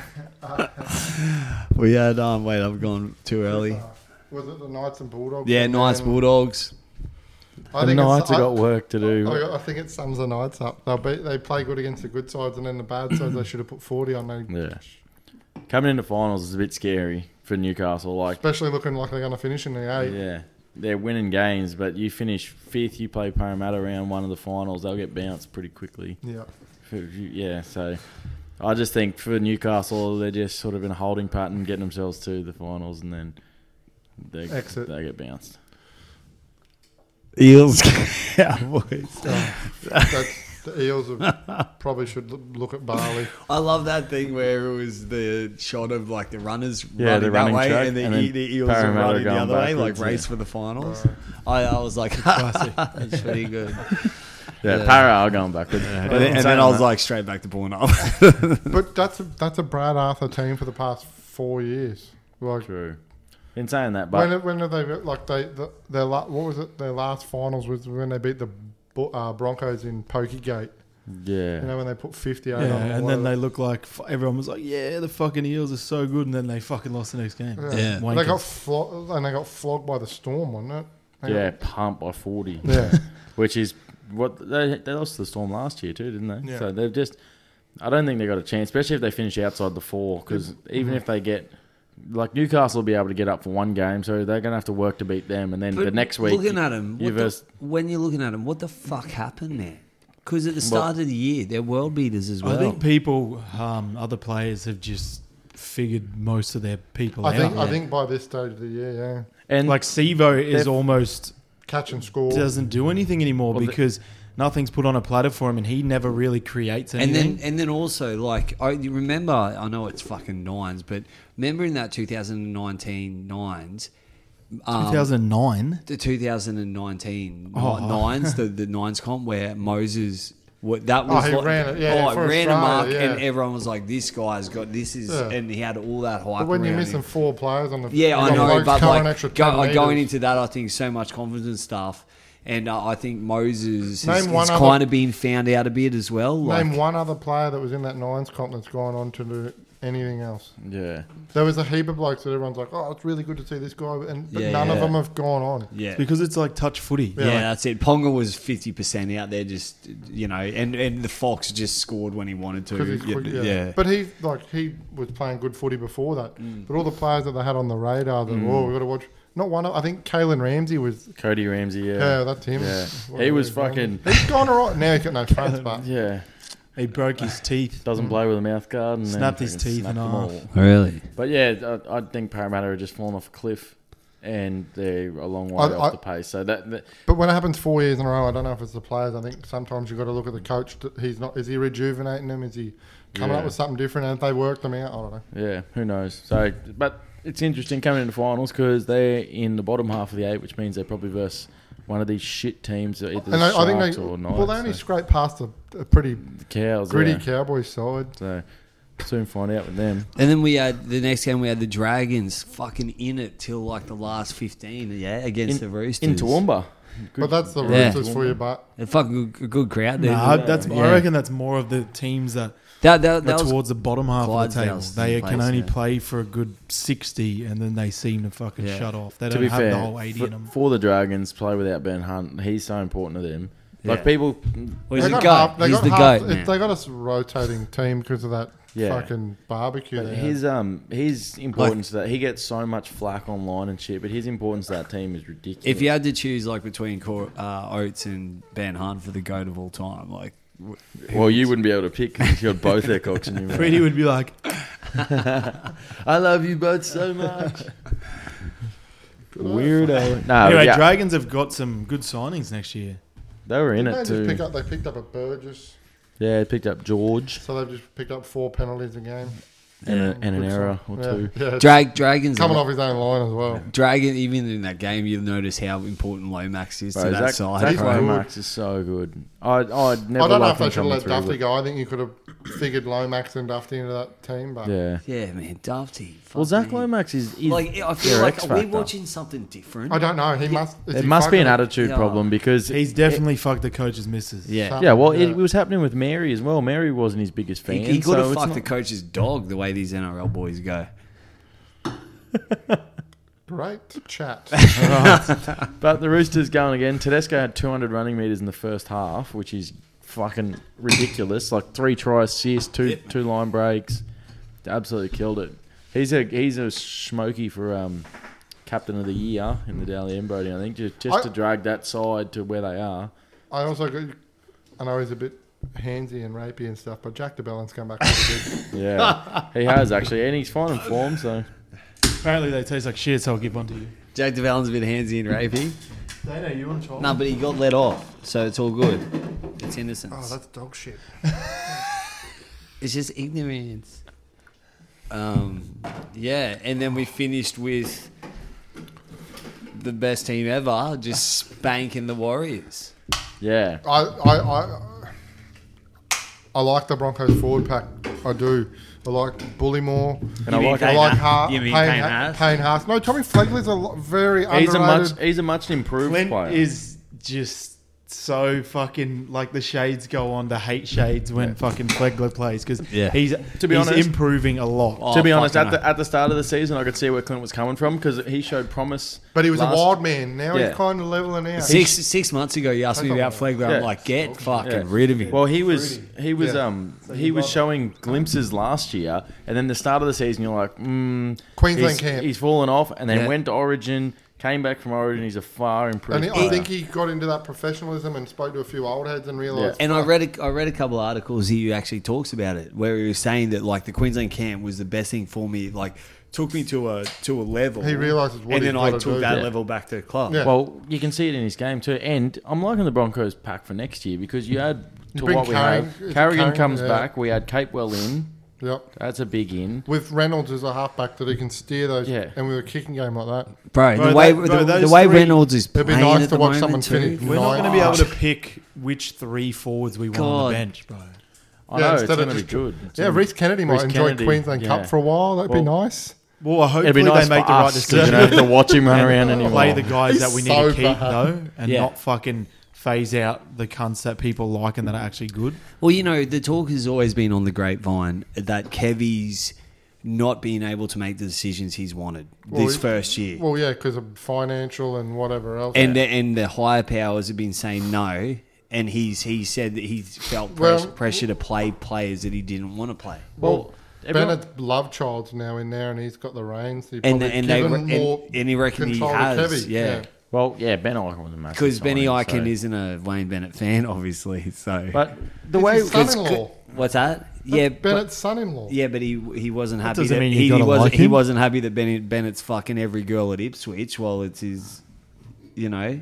S2: *laughs* we had um, wait, I've gone too early.
S4: Was it the Knights and Bulldogs?
S2: Yeah,
S4: And
S2: nice
S4: then-
S2: Bulldogs.
S4: I
S3: The
S4: think it's- Oh,
S3: Knights have
S4: I-
S3: got work to do.
S4: I, I think it sums the Knights up. They'll be, they play good against the good sides, and then the bad sides they should have put forty on. They,
S3: Yeah. Coming into finals is a bit scary for Newcastle. Like,
S4: Especially looking like they're going to finish in the eight.
S3: yeah, they're winning games, but you finish fifth, you play Parramatta round one of the finals, they'll get bounced pretty quickly.
S4: Yeah.
S3: For- Yeah, so I just think for Newcastle, they're just sort of in a holding pattern, getting themselves to the finals, and then they
S4: Exit.
S3: they get bounced.
S2: Eels, Cowboys.
S4: That's, the Eels have, probably should l- look at Barley.
S2: I love that thing where it was the shot of like the runners
S3: Yeah,
S2: running
S3: the
S2: that
S3: running
S2: way
S3: track,
S2: and, the,
S3: and
S2: e-
S3: then
S2: the eels are
S3: Parramatta
S2: running the
S3: going
S2: other way, like
S3: backwards, yeah.
S2: race for the finals. I, I was like, *laughs* that's pretty good.
S3: Yeah,
S2: Yeah.
S3: Para are going backwards. But
S2: and then,
S3: I'm
S2: and then I
S3: saying
S2: was
S3: that-
S2: like straight back to born up. *laughs*
S4: But that's a, that's a Brad Arthur team for the past four years. Like
S3: true. In saying that,
S4: when
S3: but
S4: when have they like they the, their la, what was it their last finals was when they beat the Bu- uh, Broncos in Pokegate.
S3: Yeah.
S4: You know when they put fifty
S5: Yeah,
S4: over. on the
S5: and then
S4: Warriors.
S5: they look like f- everyone was like, "Yeah, the fucking Eels are so good," and then they fucking lost the next game.
S2: Yeah.
S5: Wankers.
S4: They got flo- and they got flogged by the storm, wasn't it? They
S3: yeah,
S4: got-
S3: pumped by 40,
S5: *laughs*
S4: yeah.
S3: which is what they, they lost to the Storm last year, too, didn't they?
S5: Yeah.
S3: So they've just, I don't think they got a chance, especially if they finish outside the four, because
S4: Mm-hmm.
S3: even if they get, like, Newcastle will be able to get up for one game, so they're going to have to work to beat them. And then the next week,
S2: looking at him,
S3: you
S2: what the-
S3: verse-
S2: when you're looking at him, what the fuck happened there? Because at the start of the year, they're world beaters as well.
S5: I think people, um, other players, have just figured most of their people
S4: I
S5: out.
S4: think I think by this stage of the year, yeah,
S3: and
S5: like Sevo is
S3: They've-
S5: almost
S4: catch and score.
S5: doesn't do anything anymore
S3: Well, the-
S5: because nothing's put on a platter for him, and he never really creates
S2: and
S5: anything.
S2: then and then also like I you remember I know it's fucking nines, but remember in that 2019 nines, um,
S5: 2009.
S2: the 2019
S5: Oh.
S2: nines, the, the nines comp where Moses. What, that
S4: Oh,
S2: was
S4: he
S2: like,
S4: ran it, yeah,
S2: oh,
S4: for
S2: ran a
S4: Australia,
S2: mark, and
S4: yeah.
S2: everyone was like, "This guy's got this is,"
S4: Yeah.
S2: and he had all that hype.
S4: but when you're
S2: around
S4: missing
S2: him.
S4: four players on the
S2: Yeah, I
S4: you've got
S2: know,
S4: blokes
S2: but
S4: covering
S2: like
S4: extra
S2: go,
S4: 10
S2: like, going
S4: metres.
S2: into that, I think so much confidence and stuff, and uh, I think Moses
S4: Name
S2: is,
S4: one other-
S2: kind of being found out a bit as well. Like,
S4: name one other player that was in that nines comp that's gone on to do anything else.
S3: yeah.
S4: There was a heap of blokes that everyone's like, oh, it's really good to see this guy, and but
S2: Yeah,
S4: none of
S2: yeah.
S4: them have gone on.
S2: yeah,
S5: Because it's like touch footy.
S2: yeah, that's it. Ponga was fifty percent out there, just you know, and and the Fox just scored when he wanted to.
S4: 'Cause he's
S2: Yeah,
S4: quick, yeah.
S2: yeah. Mm.
S4: But he like he was playing good footy before that. But all the players that they had on the radar that oh we got to watch. Not one. of- I think Kalen Ramsey was.
S3: Cody Ramsey, yeah.
S4: Yeah, that's him.
S3: Yeah.
S4: Whatever
S3: He was
S4: his name
S3: fucking,
S4: is. He's gone alright now. He's got
S3: *laughs*
S4: no fronts, but
S3: yeah,
S5: He
S2: *sighs*
S5: broke his teeth.
S4: Mm.
S3: doesn't play with a mouth guard. And then
S5: Snapped his
S3: fucking
S5: teeth
S3: snapped
S5: in
S3: them
S5: half.
S3: all.
S2: Really?
S3: But yeah, I, I think Parramatta are just falling off a cliff, and they're a long way
S4: I-
S3: off
S4: I-
S3: the pace. So that, that
S4: but when it happens four years in a row, I don't know if it's the players. I think sometimes you've got to look at the coach. that He's not. Is he rejuvenating them? Is he coming
S3: Yeah.
S4: up with something different? And if they work them out, I don't know.
S3: yeah, who knows? So, but it's interesting coming into finals because they're in the bottom half of the eight, which means they probably verse one of these shit teams, either
S4: And I, I think
S3: Sharks
S4: they.
S3: or Knights.
S4: well, they
S2: eh?
S4: only
S3: so
S4: scraped past a, a pretty
S3: the cows,
S4: gritty
S3: yeah.
S4: Cowboys side.
S3: So soon find out with them.
S2: And then we had the next game. We had the Dragons fucking in it till like the last fifteen. Yeah,
S3: In,
S2: against the Roosters
S3: in Toowoomba.
S4: But that's the
S2: Yeah.
S4: Roosters for you, but
S2: And fucking good, good crowd there.
S5: Nah, that's
S2: Yeah.
S5: I reckon that's more of the teams that
S2: that that,
S5: are
S2: that was
S5: towards the bottom half of the table.
S2: Clydesdale's
S5: They
S2: in
S5: can
S2: place,
S5: only
S2: yeah.
S5: play for a good sixty, and then they seem to fucking
S2: Yeah.
S5: shut off. They
S3: to
S5: don't
S3: be
S5: have
S3: fair,
S5: the whole eighty
S3: for,
S5: in
S3: *laughs*
S5: them.
S3: for the Dragons, play without Ben Hunt. He's so important to them. Like
S2: Yeah.
S3: people,
S2: Well, he's the
S4: They got
S2: goat.
S4: half- they
S2: He's
S4: got
S2: the
S4: half-
S2: goat.
S4: it-
S2: man.
S4: They got us rotating team because of that
S3: *laughs* Yeah.
S4: fucking barbecue.
S3: But
S4: They had.
S3: his um his importance to that he gets so much flack online and shit, but his importance to that team is ridiculous.
S2: If you had to choose like between Cor- uh, Oates and Ben Hunt for the goat of all time, like
S3: well, you wouldn't be able to pick because you got both their cocks in your mouth.
S5: Freddie would be like,
S3: *laughs* I love you both
S4: *laughs*
S3: so much. Weirdo. No,
S5: anyway,
S3: Uh, yeah,
S5: Dragons have got some good signings next year.
S3: they were in
S4: Didn't
S3: it
S4: they just pick
S3: too.
S4: up, they picked up a Burgess,
S3: Yeah, they picked up George
S4: so they've just picked up four penalties a game.
S3: and, a, and an
S4: Good
S3: error
S4: sign.
S3: or two.
S4: Yeah, yeah.
S2: drag dragons
S4: coming off his own line as well.
S2: Dragon, even in that game, you'll notice how important Lomax is
S3: Bro,
S2: to that
S3: Zach,
S2: side.
S3: Zach
S4: He's
S2: bro.
S4: good.
S3: Lomax is so good. I I'd never
S4: I don't know
S3: liked
S4: if they
S3: him
S4: should have
S3: coming
S4: let
S3: through,
S4: Duffy
S3: but-
S4: go. I think you could have figured Lomax and Duffy into that team, but
S3: Yeah.
S2: *laughs* Yeah, man, Dufty. fuck
S3: Well, Zach
S2: me.
S3: Lomax is, is
S2: Like, I feel
S3: their
S2: like
S3: X
S2: are we
S3: factor.
S2: watching something different?
S4: I don't know. He must. is
S3: It
S4: he
S3: must be an
S4: fucking-
S3: attitude
S2: Yeah.
S3: problem because
S5: He's definitely fucked the coach's misses.
S2: Yeah,
S3: Yeah, well,
S4: Yeah.
S3: It, it was happening with Mary as well. Mary wasn't his biggest fan.
S2: he, he could
S3: so
S2: have
S3: it's
S2: fucked
S3: not-
S2: the coach's dog the way these NRL boys go.
S4: Great
S3: *laughs*
S4: chat.
S3: But the Roosters going again. Tedesco had 200 running meters in the first half, which is fucking ridiculous. Like three tries, assists, two two line breaks. Absolutely killed it. He's a he's a smoky for um, captain of the year in the Daly Brody. I think just, just
S4: I-
S3: to drag that side to where they are.
S4: I also got. I know he's a bit handsy and rapey and stuff, but Jack DeBellin's come back. Really good.
S3: Yeah, he has actually, and he's fine in form. So
S5: Apparently, they taste like shit, so I'll give one to you.
S2: Jack DeValen's a bit handsy and rapey.
S5: Dano, you on trial?
S2: no, but he got let off, so it's all good. It's innocence.
S4: Oh, that's dog shit.
S2: It's just ignorance. Um, yeah, and then we finished with the best team ever,
S3: *laughs*
S2: just spanking the Warriors.
S3: yeah,
S4: I, I, I, I like the Broncos forward pack. I do. I like Bullymore.
S3: and I like
S4: I like Hart.
S2: you mean
S4: Payne,
S2: Payne
S4: Ha-
S2: Haas?
S4: Payne Haas. No, Tommy Flegler's a lo- very
S3: he's a
S4: underrated.
S3: much he's a much improved
S5: Clint
S3: player.
S5: is just so fucking like the shades go on to hate shades when fucking Flegler plays because
S8: Yeah.
S5: he's
S3: To be
S5: he's
S3: honest- Oh,
S5: improving a lot.
S3: to be honest, at the, at the start of the season, I could see where Clint was coming from because he showed promise.
S4: But he was
S3: last-
S4: a wild man. Now
S3: Yeah.
S4: he's kind of leveling out.
S2: Six six months ago, you asked me about Flagler.
S3: Yeah.
S2: I'm like, get fucking
S3: Yeah.
S2: rid of him.
S3: Well, he was he was
S4: Yeah.
S3: um he was showing glimpses last year, and then the start of the season, you're like, mm,
S4: Queensland
S3: he's,
S4: camp.
S3: he's fallen off, and then
S2: Yeah.
S3: went to Origin, came back from Origin, he's a far improved.
S4: and he-
S3: player.
S4: I think he got into that professionalism and spoke to a few old heads and realised.
S2: And I read a, I read a couple of articles he actually talks about it where he was saying that like the Queensland camp was the best thing for me. Like took me to a to a level.
S4: He realises what
S2: and
S4: he's
S2: then I
S4: gotta
S2: took
S4: do.
S2: that
S4: Yeah.
S2: level back to the club.
S4: Yeah.
S3: Well, you can see it in his game too, and I'm liking the Broncos pack for next year because you add to
S4: bring
S3: what we
S4: Carrig-
S3: have.
S4: is it
S3: Carrigan,
S4: Carrig?
S3: comes
S4: Yeah.
S3: back. We add Capewell in.
S4: Yep.
S3: That's a big in.
S4: With Reynolds as a halfback that he can steer those,
S3: Yeah.
S4: and with a kicking game like that,
S2: Bro,
S5: Bro,
S2: the way
S5: that- bro,
S2: the, the
S5: those
S2: way
S5: three-
S2: Reynolds is
S4: it'd
S2: playing
S4: be nice
S2: at
S4: to
S2: the
S4: watch someone
S2: moment too.
S4: finish.
S5: We're not
S4: ninth.
S5: going to be able to pick which three forwards we want on
S2: God.
S5: the bench, bro.
S3: I
S4: Yeah,
S3: know it's
S4: instead
S3: going
S4: of
S3: to be
S4: just-
S3: good. It's
S4: Yeah,
S3: gonna-
S4: Reece Kennedy might
S3: Reece
S4: enjoy
S3: Kennedy,
S4: Queensland
S3: yeah.
S4: Cup for a while. That'd be
S3: Well,
S4: nice.
S5: Well, hopefully
S3: It'd be nice
S5: they make
S3: for
S5: the right
S3: us 'cause you
S5: decision.
S3: don't have to watch him run around
S5: and
S3: anymore.
S5: play the guys
S4: He's
S5: that we need
S4: so
S5: to keep
S4: bad.
S5: though, and
S2: Yeah.
S5: not fucking phase out the cunts that people like and that are actually good.
S2: Well, you know, the talk has always been on the grapevine that Kevy's not being able to make the decisions he's wanted
S4: Well,
S2: this
S4: he-
S2: first year.
S4: Well, yeah, because of financial and whatever else.
S2: and the, and the higher powers have been saying no, and he's he said that he felt
S4: Well-
S2: pressure, pressure to play players that he didn't want to play.
S4: well,
S3: everyone-
S4: Bennett's love child's now in there, and he's got the reins. He
S2: And
S4: probably
S2: and they
S4: given
S2: and,
S4: more
S2: and he reckon he
S4: control to
S2: has,
S4: Kevy.
S2: yeah,
S3: Well, yeah, Ben Eichen was a massive.
S2: because Benny
S3: signing,
S2: Eichen
S3: so-
S2: isn't a Wayne Bennett fan, *laughs* obviously. So,
S3: But the
S4: It's
S3: way
S4: his son-in-law.
S2: what's that? Yeah, but,
S4: Bennett's son-in-law.
S2: yeah, but he he wasn't happy
S5: doesn't
S2: that,
S5: mean you
S2: he, he
S5: gotta
S2: wasn't
S5: like
S2: he
S5: him.
S2: wasn't happy that Benny, Bennett's fucking every girl at Ipswich while it's his, you know.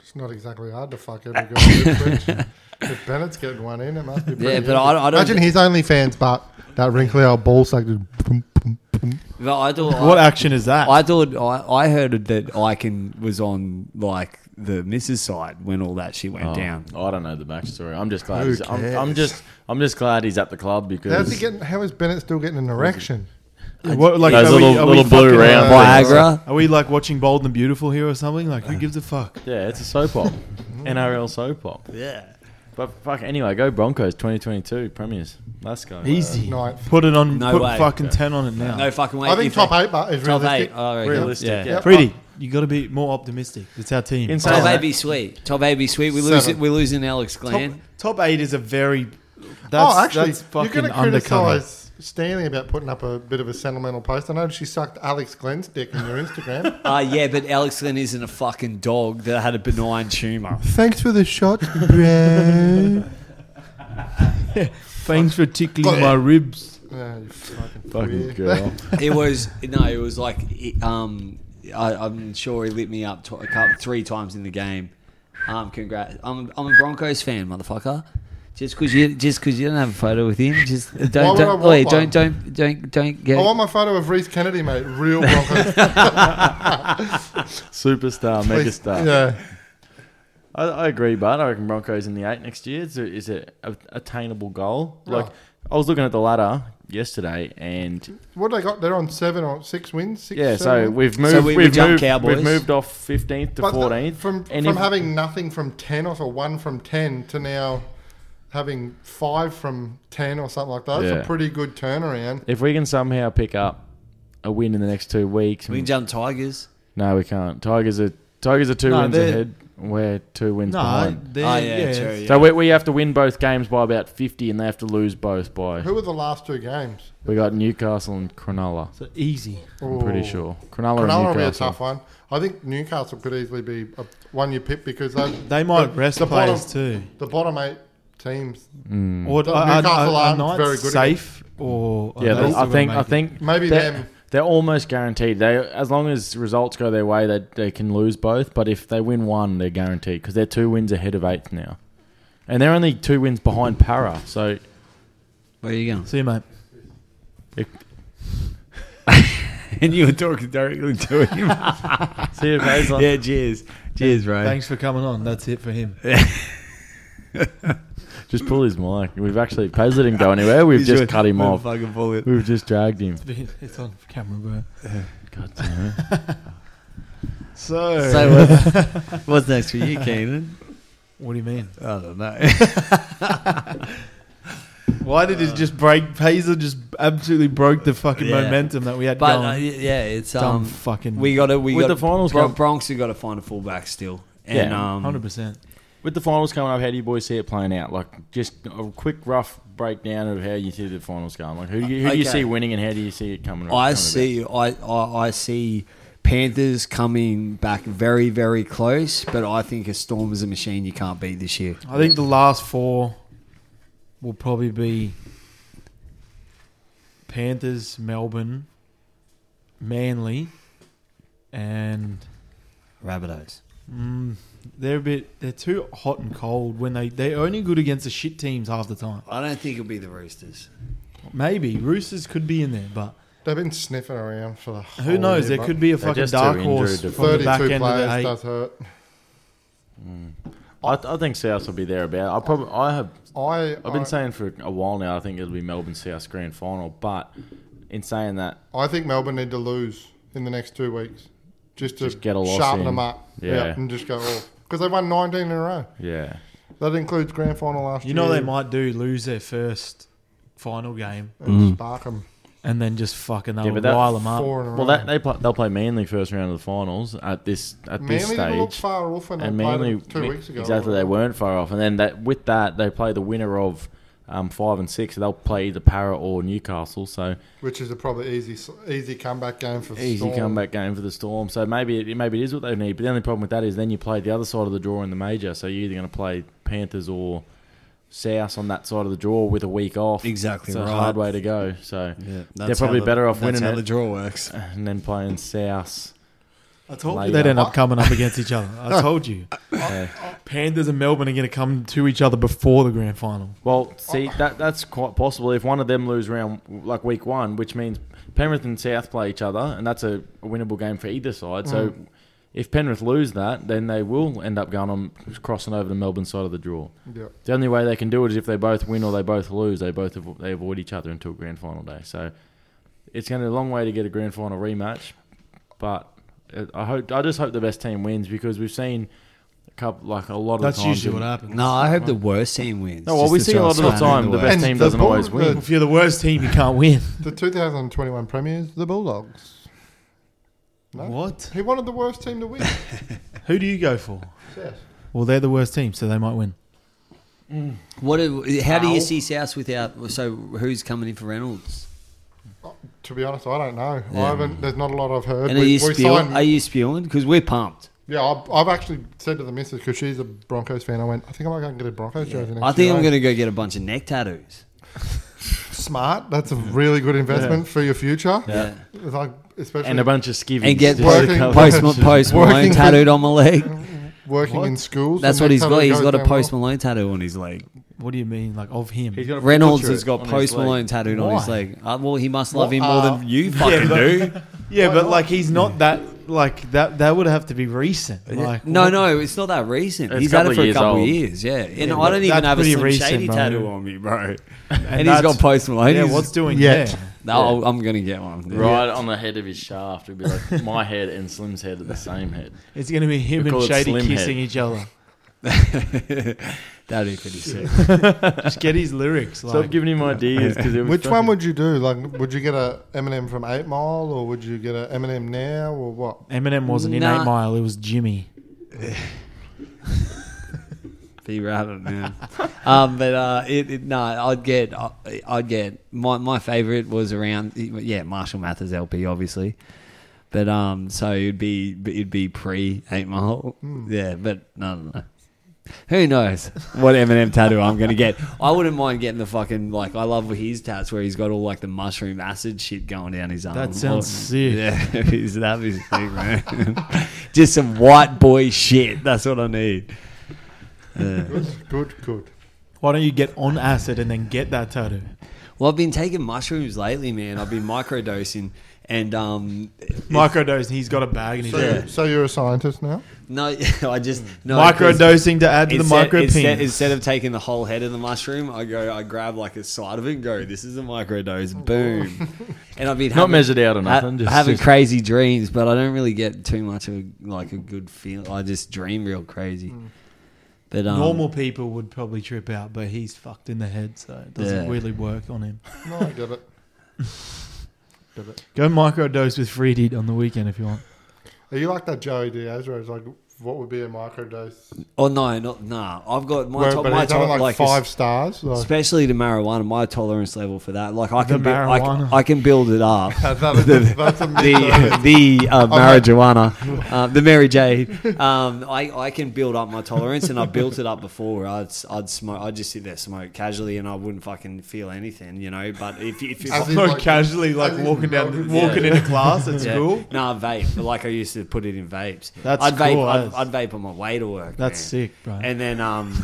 S4: It's not exactly hard to fuck
S2: *laughs*
S4: every girl. if Bennett's getting one in, it must be. pretty
S2: Yeah, but
S4: easy.
S2: I, I don't.
S4: imagine his OnlyFans, but that wrinkly old ball sack. just boom, boom, boom.
S2: but I
S4: *laughs*
S2: thought-
S5: What
S2: I-
S5: action is that?
S2: I thought I, I heard that Iken was on like the missus side when all that shit went
S3: Oh,
S2: down.
S3: I don't know the backstory. I'm just glad.
S4: Who
S3: He's, I'm, I'm
S4: cares?
S3: just. I'm just glad he's at the club because
S4: How's he getting? How is Bennett still getting an erection?
S5: What, like,
S3: Those
S5: are we-
S3: little-
S5: are we
S3: little blue
S5: fucking-
S3: round
S2: Uh, Viagra.
S5: Are we like watching Bold and Beautiful here or something? Like, who gives a fuck?
S3: yeah, it's a soap op, NRL soap op.
S2: Yeah.
S3: But fuck, anyway, go Broncos 2022 Premiers. Let's go.
S5: Easy.
S4: Ninth.
S5: Put it on.
S2: No
S5: put
S2: way.
S5: fucking ten on it now.
S2: No fucking way.
S4: I think
S2: If
S4: top
S2: they-
S4: eight, but is
S2: Top
S4: realistic.
S2: eight. I reckon.
S3: Realistic.
S2: Yeah.
S3: Yeah.
S4: Yep.
S5: Pretty. You got to be more optimistic. It's our team.
S3: Insane.
S2: Top
S3: Yeah.
S2: eight be sweet. Top eight be sweet. We lose.
S4: Seven.
S2: We're losing Alex
S5: Top,
S2: Glenn.
S5: top eight is a very. That's,
S4: Oh, actually,
S5: that's
S4: you're
S5: fucking
S4: going to
S5: undercover.
S4: criticise Stanley about putting up a bit of a sentimental post. I know she sucked Alex Glenn's dick on your
S2: *laughs*
S4: Instagram.
S2: Ah, yeah, but Alex Glenn isn't a fucking dog that had a benign *laughs* tumor.
S4: Thanks for the shot, *laughs* bro.
S5: Thanks for tickling
S4: Got
S5: my
S4: it.
S5: ribs.
S4: oh, you fucking
S3: Fucking
S4: weird.
S3: girl.
S2: it was no. It was like it, um, I, I'm sure he lit me up tw- a couple, three times in the game. Um, congrats. I'm I'm a Broncos fan, motherfucker. Just because you just because you don't have a photo with him, just don't
S4: would I
S2: don't
S4: want
S2: wait, don't
S4: one?
S2: don't don't don't get.
S4: I want my photo of Reese Kennedy, mate. Real Broncos.
S3: Superstar, megastar.
S4: yeah.
S3: I, I agree, but I reckon Broncos in the eight next year is a, is a, a attainable goal.
S4: Oh.
S3: Like I was looking at the ladder yesterday, and
S4: What they got? They're on seven or six wins. Six,
S3: yeah,
S4: seven
S3: so
S4: wins?
S3: we've moved.
S2: So we- we
S3: have
S2: jumped
S3: moved,
S2: Cowboys.
S3: We've moved off fifteenth to
S4: But the-
S3: fourteenth.
S4: From
S3: and
S4: from
S3: if-
S4: having nothing from ten or for one from ten to now having five from ten or something like that. That's
S3: Yeah.
S4: a pretty good turnaround.
S3: if we can somehow pick up a win in the next two weeks,
S2: We can jump Tigers.
S3: no, we can't. Tigers are Tigers are two
S5: No,
S3: wins
S5: they're-
S3: ahead. We're two wins
S5: No,
S3: behind.
S5: they're-
S2: Oh, yeah,
S5: yeah,
S2: true,
S5: it's-
S2: yeah.
S3: So we, we have to win both games by about fifty, and they have to lose both by.
S4: Who were the last two games?
S3: We got Newcastle and Cronulla.
S5: so easy.
S3: I'm pretty
S4: Ooh.
S3: sure Cronulla,
S4: Cronulla will
S3: and
S4: be a
S3: Newcastle.
S4: tough one. I think Newcastle could easily be a one you pick because they
S5: They might rest
S4: the
S5: players
S4: bottom,
S5: too.
S4: The bottom eight teams.
S2: Hmm.
S5: Or
S4: The
S5: are, are,
S4: Newcastle
S5: are
S4: aren't
S5: Knights
S4: very good
S5: safe? Or are
S3: Yeah,
S5: they
S3: they-
S5: still
S3: I
S5: gonna
S3: think I
S5: make it?
S3: think
S4: Maybe
S3: they're,
S4: them.
S3: They're almost guaranteed. They as long as results go their way, they they can lose both. But if they win one, they're guaranteed because they're two wins ahead of eighth now, and they're only two wins behind Para. So
S2: Where are you going?
S5: See you, mate.
S3: if,
S2: *laughs* and you were talking directly to him.
S3: see if those are-
S2: yeah, cheers, cheers, bro.
S5: Thanks for coming on. That's it for him.
S3: just pull his mic. We've actually Paisley didn't go *laughs* anywhere. We've just cut him off.
S2: Fucking bullet.
S3: We've just dragged him.
S5: It's on camera, bro.
S3: God damn it.
S5: So,
S7: So what's, what's next for you, Keenan?
S5: what do you mean?
S7: I don't know.
S5: Why did it just break? Hazel just absolutely broke the fucking
S7: Yeah.
S5: momentum that we had
S2: But
S5: going.
S2: uh, yeah, it's
S5: Dumb
S2: um,
S5: fucking.
S2: we got to we
S3: With
S2: got
S3: the finals
S2: Bro-
S3: come-
S2: Bronx. We got to find a fullback still. And
S3: Yeah,
S2: um,
S5: hundred percent.
S3: *laughs* With the finals coming up, how do you boys see it playing out? Like, just a quick, rough breakdown of how you see the finals going. Like, who do you, who do you
S2: Okay.
S3: see winning and how do you see it coming? coming
S2: I
S3: about?
S2: see. I, I I see Panthers coming back very very close, but I think a Storm is a machine you can't beat this year.
S5: I think the last four will probably be Panthers, Melbourne, Manly, and
S2: Rabbitohs.
S5: mm, they're a bit. They're too hot and cold when they they're only good against the shit teams half the time.
S2: I don't think it'll be the Roosters.
S5: Maybe Roosters could be in there, but
S4: They've been sniffing around for the.
S5: who knows? There could be a fucking
S3: just too
S5: dark
S3: injured
S5: horse
S3: to-
S5: from the back
S4: thirty-two
S5: end of the
S4: players.
S5: eight.
S4: Does hurt.
S3: I, I think South will be there about. I probably I have
S4: I.
S3: I've
S4: I-
S3: been saying for a while now. I think it'll be Melbourne South grand final. But in saying that,
S4: I think Melbourne need to lose in the next two weeks just to
S3: Just get a loss
S4: sharpen
S3: in.
S4: them up.
S3: Yeah.
S4: and just go off because they won 19 in a row.
S3: yeah,
S4: That includes grand final last
S5: You
S4: year.
S5: know they might do lose their first final game
S4: and spark 'em.
S5: and then just fucking they'll
S3: Yeah, but that-
S5: rile them up.
S4: four in a row.
S3: well, that, they play, they'll play Manly first round of the finals at this at
S4: Manly
S3: this
S4: didn't look
S3: stage.
S4: far off when they
S3: and
S4: played
S3: mainly
S4: them two weeks ago.
S3: Exactly, they weren't far off. And then that with that, they play the winner of um, five and six. They'll play either Para or Newcastle. So
S4: which is a probably easy easy comeback game for
S3: easy
S4: Storm.
S3: comeback game for the Storm. So maybe it, maybe it is what they need. But the only problem with that is then you play the other side of the draw in the major. So you're either going to play Panthers or South on that side of the draw with a week off.
S7: Exactly
S3: It's a
S7: right.
S3: hard way to go. So
S7: Yeah,
S3: they're probably better off winning
S7: how
S3: it
S7: the draw works.
S3: and then playing South.
S5: I told you
S3: Later.
S5: they'd end up coming up against each other. I told you.
S3: Yeah.
S5: Panthers and Melbourne are going to come to each other before the grand final.
S3: Well, see that that's quite possible. If one of them lose round like week one, which means Penrith and South play each other, and that's a winnable game for either side. So if Penrith lose that, then they will end up going on crossing over the Melbourne side of the draw.
S4: Yeah.
S3: The only way they can do it is if they both win or they both lose. They both avo- they avoid each other until grand final day. So it's going to be a long way to get a grand final rematch, but uh, I hope I just hope the best team wins because we've seen a couple like a lot of
S5: That's
S3: the times
S5: usually
S3: in-
S5: what happens.
S2: No, I hope the worst team wins.
S3: No, well,
S2: just
S3: we
S2: to
S3: see a
S2: throw
S3: lot
S2: spanner
S3: of the
S2: in
S3: time the
S2: works.
S3: best
S4: And
S3: team
S4: the
S3: doesn't always
S4: Bulldogs-
S3: win.
S5: If you're the worst team, you can't win.
S4: The 2021 premiers, the Bulldogs. No.
S5: What?
S4: He wanted the worst team
S2: *laughs*
S4: to win.
S5: Who do you go for?
S4: Yes.
S5: Well, they're the worst team, so they might win.
S2: What? do- how do you see South without? So who's coming in for Reynolds?
S4: To be honest, I don't know.
S2: Yeah.
S4: I haven't. There's not a lot I've heard.
S2: And are
S4: We-
S2: you
S4: we
S2: spewing?
S4: signed-
S2: Are you spewing? Because we're pumped.
S4: Yeah, I've, I've actually said to the missus because she's a Broncos fan. I went, I think I might go and get a Broncos jersey next
S2: I think
S4: year.
S2: I'm going to go get a bunch of neck tattoos.
S4: smart. That's a really good investment for your future.
S2: Yeah.
S4: It's like especially
S3: And a bunch of skivvies.
S2: And get
S3: just to
S4: Working-
S3: cover-
S2: post, post, post
S4: Working
S2: Malone
S4: for-
S2: tattooed on my leg.
S4: working in schools.
S2: That's
S4: and
S2: what he's
S4: that's how
S2: got.
S4: it
S2: He's
S4: goes
S2: got a
S4: down
S2: Post
S4: well.
S2: Malone tattoo on his leg.
S5: What do you mean, like of him?
S3: He's got a
S2: Reynolds
S3: picture
S2: has got
S3: on his
S2: Post
S3: leg.
S2: Malone tattooed on his
S5: Why?
S2: leg. Uh, well, he must love him more
S4: What
S2: than you fucking do.
S5: yeah, but like he's not that. Like that. That would have to be recent. Like
S2: No, no, it's not that recent.
S3: It's
S2: he's had it
S3: couple of
S2: for a
S3: years
S2: couple
S3: old.
S2: years, yeah. And I
S5: but
S2: don't even
S5: that's
S2: have a
S5: pretty
S2: Slim
S5: recent,
S2: Shady
S5: bro.
S2: tattoo on me, bro.
S5: and,
S2: And he's got Post Malone.
S5: Yeah,
S2: He's-
S5: what's doing
S4: Yet.
S5: yet?
S2: No, I'll- I'm going to get one. *laughs*
S3: Right on the head of his shaft. It'd be like my head and Slim's head are the same head.
S5: It's going to be him
S3: We call
S5: and
S3: it
S5: Shady
S3: slim head.
S5: kissing each other.
S2: That'd be pretty sick.
S5: Just get
S3: *laughs*
S5: his lyrics. Like,
S3: Stop giving him ideas. Cause it was
S4: Which one
S3: fucking-
S4: would you do? Like, would you get a Eminem from Eight Mile, or would you get a Eminem now, or what?
S5: Eminem wasn't in
S2: Nah.
S5: Eight Mile. It was Jimmy.
S2: Be rabbit man. *laughs* um, but uh, it, it, no, I'd get I, I'd get my my favorite was around yeah Marshall Mathers LP obviously, but um so it'd be it'd be pre Eight Mile
S5: Hmm.
S2: yeah but no no no. Who knows what Eminem tattoo I'm gonna get? I wouldn't mind getting the fucking like I love his tats where he's got all like the mushroom acid shit going down his arm. Oh,
S5: That sounds sick.
S2: Yeah, *laughs* he's- that'd be sick, man. *laughs* Just some white boy shit. That's what I need. Yeah.
S4: Good, good, good.
S5: Why don't you get on acid and then get that tattoo?
S2: Well, I've been taking mushrooms lately, man. I've been microdosing, and um,
S5: Microdosing. He's got a bag and he's
S4: So,
S2: Yeah.
S4: so you're a scientist now?
S2: no, *laughs* I just no 'cause-
S5: microdosing to add to the
S2: Instead,
S5: micro
S2: instead,
S5: pin.
S2: instead of taking the whole head of the mushroom, I go, I grab like a side of it and go, this is a
S4: Oh,
S2: microdose, boom. *laughs* and I've been
S3: Not
S2: having,
S3: measured out or
S2: ha-
S3: nothing. just,
S2: having
S3: just-
S2: crazy dreams, but I don't really get too much of a, like a good feel. I just dream real crazy.
S4: Mm.
S2: But um,
S5: Normal people would probably trip out, but he's fucked in the head, so it doesn't
S2: Yeah.
S5: really work on him.
S4: No, I get it. get it.
S5: Go microdose with Freedy on the weekend if you want.
S4: Are you like that Joey Diaz where it's like, what would be a microdose?
S2: Oh no, not nah. I've got my
S4: Where-
S2: top,
S4: but
S2: my
S4: he's having
S2: top
S4: like,
S2: like, is-
S4: five stars. Like,
S2: especially the marijuana. My tolerance level for that, like I
S5: The
S2: can, bu- I, can
S5: marijuana.
S2: I can build it
S5: *laughs*
S2: up.
S4: that, that, *laughs* that's a *laughs*
S2: the the uh, marijuana, uh, the Mary Jane. Um, I, I can build up my tolerance, and I built it up before. I'd s- I'd smoke. I'd just sit there smoke casually, and I wouldn't fucking feel anything, you know. But if you- if you
S4: As in,
S5: So
S4: like-
S5: casually, like
S4: as in
S5: walking down,
S4: melted.
S5: the, walking
S2: Yeah.
S5: into class at
S2: yeah.
S5: school.
S2: Nah, vape. but Like I used to put it in vapes.
S5: That's
S2: I'd vape.
S5: cool,
S2: I'd,
S5: that's-
S2: I'd vape on my way to work.
S5: That's
S2: man.
S5: sick, bro.
S2: And then,
S5: *laughs*
S2: um,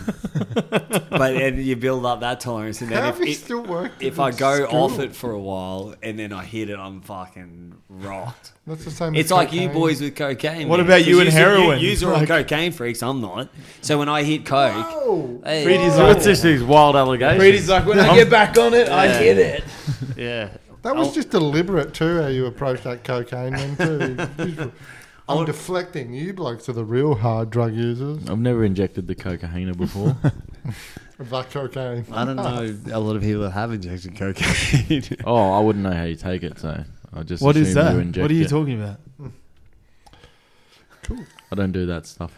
S2: but and you build up that tolerance, and then
S4: *laughs* How
S2: if,
S4: have you
S2: it-
S4: still worked?
S2: if
S4: in
S2: I go
S4: school?
S2: off it for a while and then I hit it, I'm fucking rocked.
S4: that's the same.
S2: It's
S4: as
S2: like you
S4: cocaine.
S2: boys with cocaine.
S5: What
S2: man.
S5: about you
S2: 'Cause
S5: and
S2: yous are-
S5: heroin?
S2: You, yous are all
S5: Like-
S2: cocaine freaks. I'm not. So when I hit coke,
S4: Oh,
S2: hey,
S5: Freedy's
S3: So it's just these wild allegations.
S5: Freedy's like, when I get back on it, I hit it.
S2: yeah,
S4: that was just deliberate too. How you approached that cocaine
S2: *laughs*
S4: then too. I'm
S2: I'll-
S4: deflecting. You blokes are the real hard drug users.
S3: I've never injected the cocaine before.
S4: That cocaine.
S7: I don't know a lot of people that have injected
S5: *laughs*
S7: cocaine.
S3: oh, I wouldn't know how you take it, so I just
S5: What is
S3: assume
S5: that?
S3: You inject
S5: What are you
S3: it.
S5: talking about?
S3: I don't do that stuff.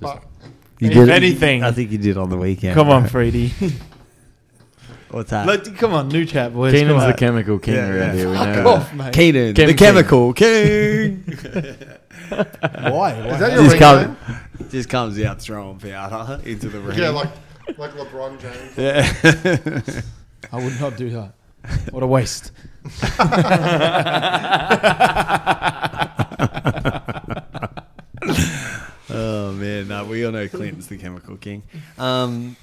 S4: But
S7: You
S5: If
S7: did it-
S5: anything-
S7: I think you did on the weekend.
S5: Come on,
S7: bro.
S5: Freedy.
S7: what's that?
S5: Let, come on, new chat, boys. come
S3: Keenan's
S5: on.
S3: the chemical king
S7: Yeah,
S3: around
S7: yeah.
S3: here. We
S5: Fuck
S3: know
S5: off,
S3: that.
S5: mate.
S7: Keenan,
S3: Chem
S7: the
S3: King.
S7: chemical
S5: *laughs*
S7: king.
S5: Why? Why?
S4: is that your
S7: Just
S4: ring
S7: come,
S4: name?
S7: just comes out throwing powder into the ring.
S4: Yeah, like like LeBron James.
S2: *laughs*
S5: I would not do that. What a waste.
S4: *laughs*
S7: *laughs* oh man, no, we all know Clinton's the chemical king. Um,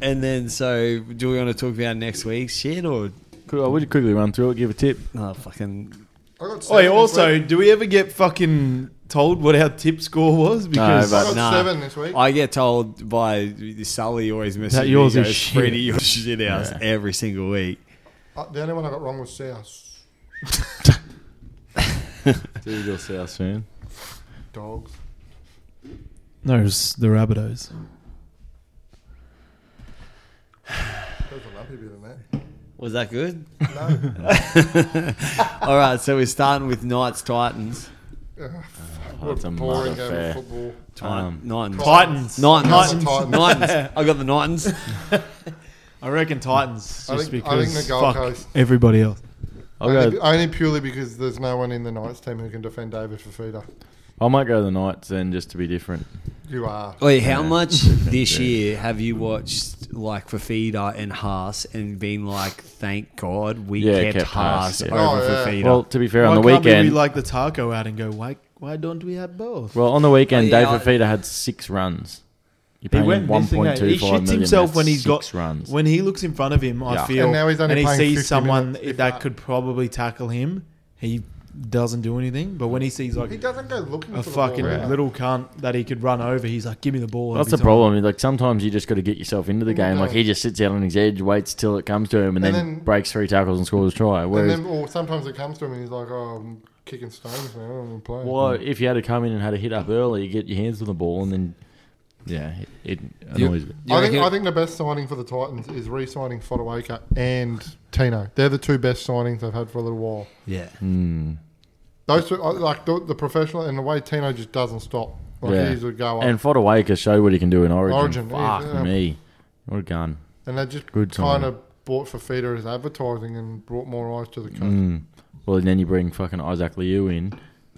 S7: and then, so do we want to talk about next week's shit or
S3: Cool, I would quickly run through it, give a tip.
S7: oh, fucking?
S4: I got seven
S5: Wait,
S4: this
S5: also,
S4: week.
S5: do we ever get fucking told what our tip score was? Because
S4: I
S7: but-
S4: got
S7: nah.
S4: seven this week.
S7: I get told by Sully always messages
S5: That
S7: me,
S5: yours
S7: he
S5: is
S7: goes,
S5: shit.
S7: Freddie,
S5: *laughs*
S7: your shit house every single week.
S4: Uh, the only one I got wrong was South
S3: Do your south soon.
S4: dogs.
S5: no, it was the Rabbitohs.
S4: There's a lumpy bit in there.
S7: Was that good? *laughs*
S4: No.
S7: All right, so we're starting with Knights Titans.
S3: That's Oh, a
S4: boring
S3: mother
S4: game
S3: fair.
S4: of football.
S3: Um,
S7: Titans. Titans.
S5: Titans.
S4: Titans.
S7: Titans. Titans. I got the
S4: *laughs*
S7: Titans.
S5: *laughs* I reckon Titans. Just
S4: I think- I
S5: because
S4: think the Gold
S5: fuck
S4: Coast.
S5: everybody else.
S3: I'll
S4: Only,
S3: go,
S4: only purely because there's no one in the Knights team who can defend David Fafita.
S3: I might go the Knights then, just to be different.
S4: You are.
S2: Wait, how
S4: *laughs*
S2: much this year have you watched like Fafida and Haas and been like, thank God we
S3: Yeah,
S2: kept,
S3: kept
S2: Haas
S3: Haas, yeah.
S2: over
S4: Oh, yeah.
S2: Fafita?
S3: Well, to be fair,
S5: Why
S3: on the
S5: can't we be
S3: weekend,
S5: like the taco out and go? Why? Why don't we have both?
S3: well, on the weekend,
S2: Oh, yeah, I-
S3: Dave Fafita had six runs. You
S5: He
S3: pay
S5: went
S3: him one
S5: missing. eh?
S3: point two
S5: He
S3: five
S5: shoots
S3: million.
S5: himself
S3: that's
S5: when he's got
S3: six runs.
S5: when he looks in front of him. I
S3: Yeah.
S5: feel
S4: And now he's only
S5: and he
S4: playing 50
S5: sees someone
S4: minutes, if
S5: that
S4: that.
S5: could probably tackle him. He doesn't do anything. But when he sees
S4: He
S5: like
S4: doesn't go looking
S5: a
S4: for the ball
S5: fucking
S4: either.
S5: little cunt that he could run over, he's like, "Give me the ball."
S3: That's the
S5: every time.
S3: problem. Like sometimes you just got to get yourself into the
S4: Yeah.
S3: game. Like he just sits out on his edge, waits till it comes to him, and,
S4: And
S3: then,
S4: then-
S3: breaks three tackles and scores a try.
S4: And
S3: Whereas,
S4: then, or sometimes it comes to him and he's like, "Oh, I'm kicking stones now. I'm playing."
S3: well, if you had to come in and had a hit up early, you get your hands on the ball, and then yeah, it, it annoys me.
S2: You
S4: I think
S2: reckon-
S4: I think the best signing for the Titans is re-signing Fodawaker and Tino. They're the two best signings they've had for a little while.
S2: yeah.
S3: mm,
S4: Those two, I- like the, the professional and the way Tino just doesn't stop. Like
S3: Yeah.
S4: he's a go up.
S3: And Fodawaker showed what he can do in Origin.
S4: Origin, yeah,
S3: Fuck
S4: yeah.
S3: me. What a gun.
S4: And they just
S3: Good
S4: kind
S3: signing.
S4: of bought Fafita as advertising and brought more eyes to the coach.
S3: Mm. Well, and then you bring fucking Isaac Liu in.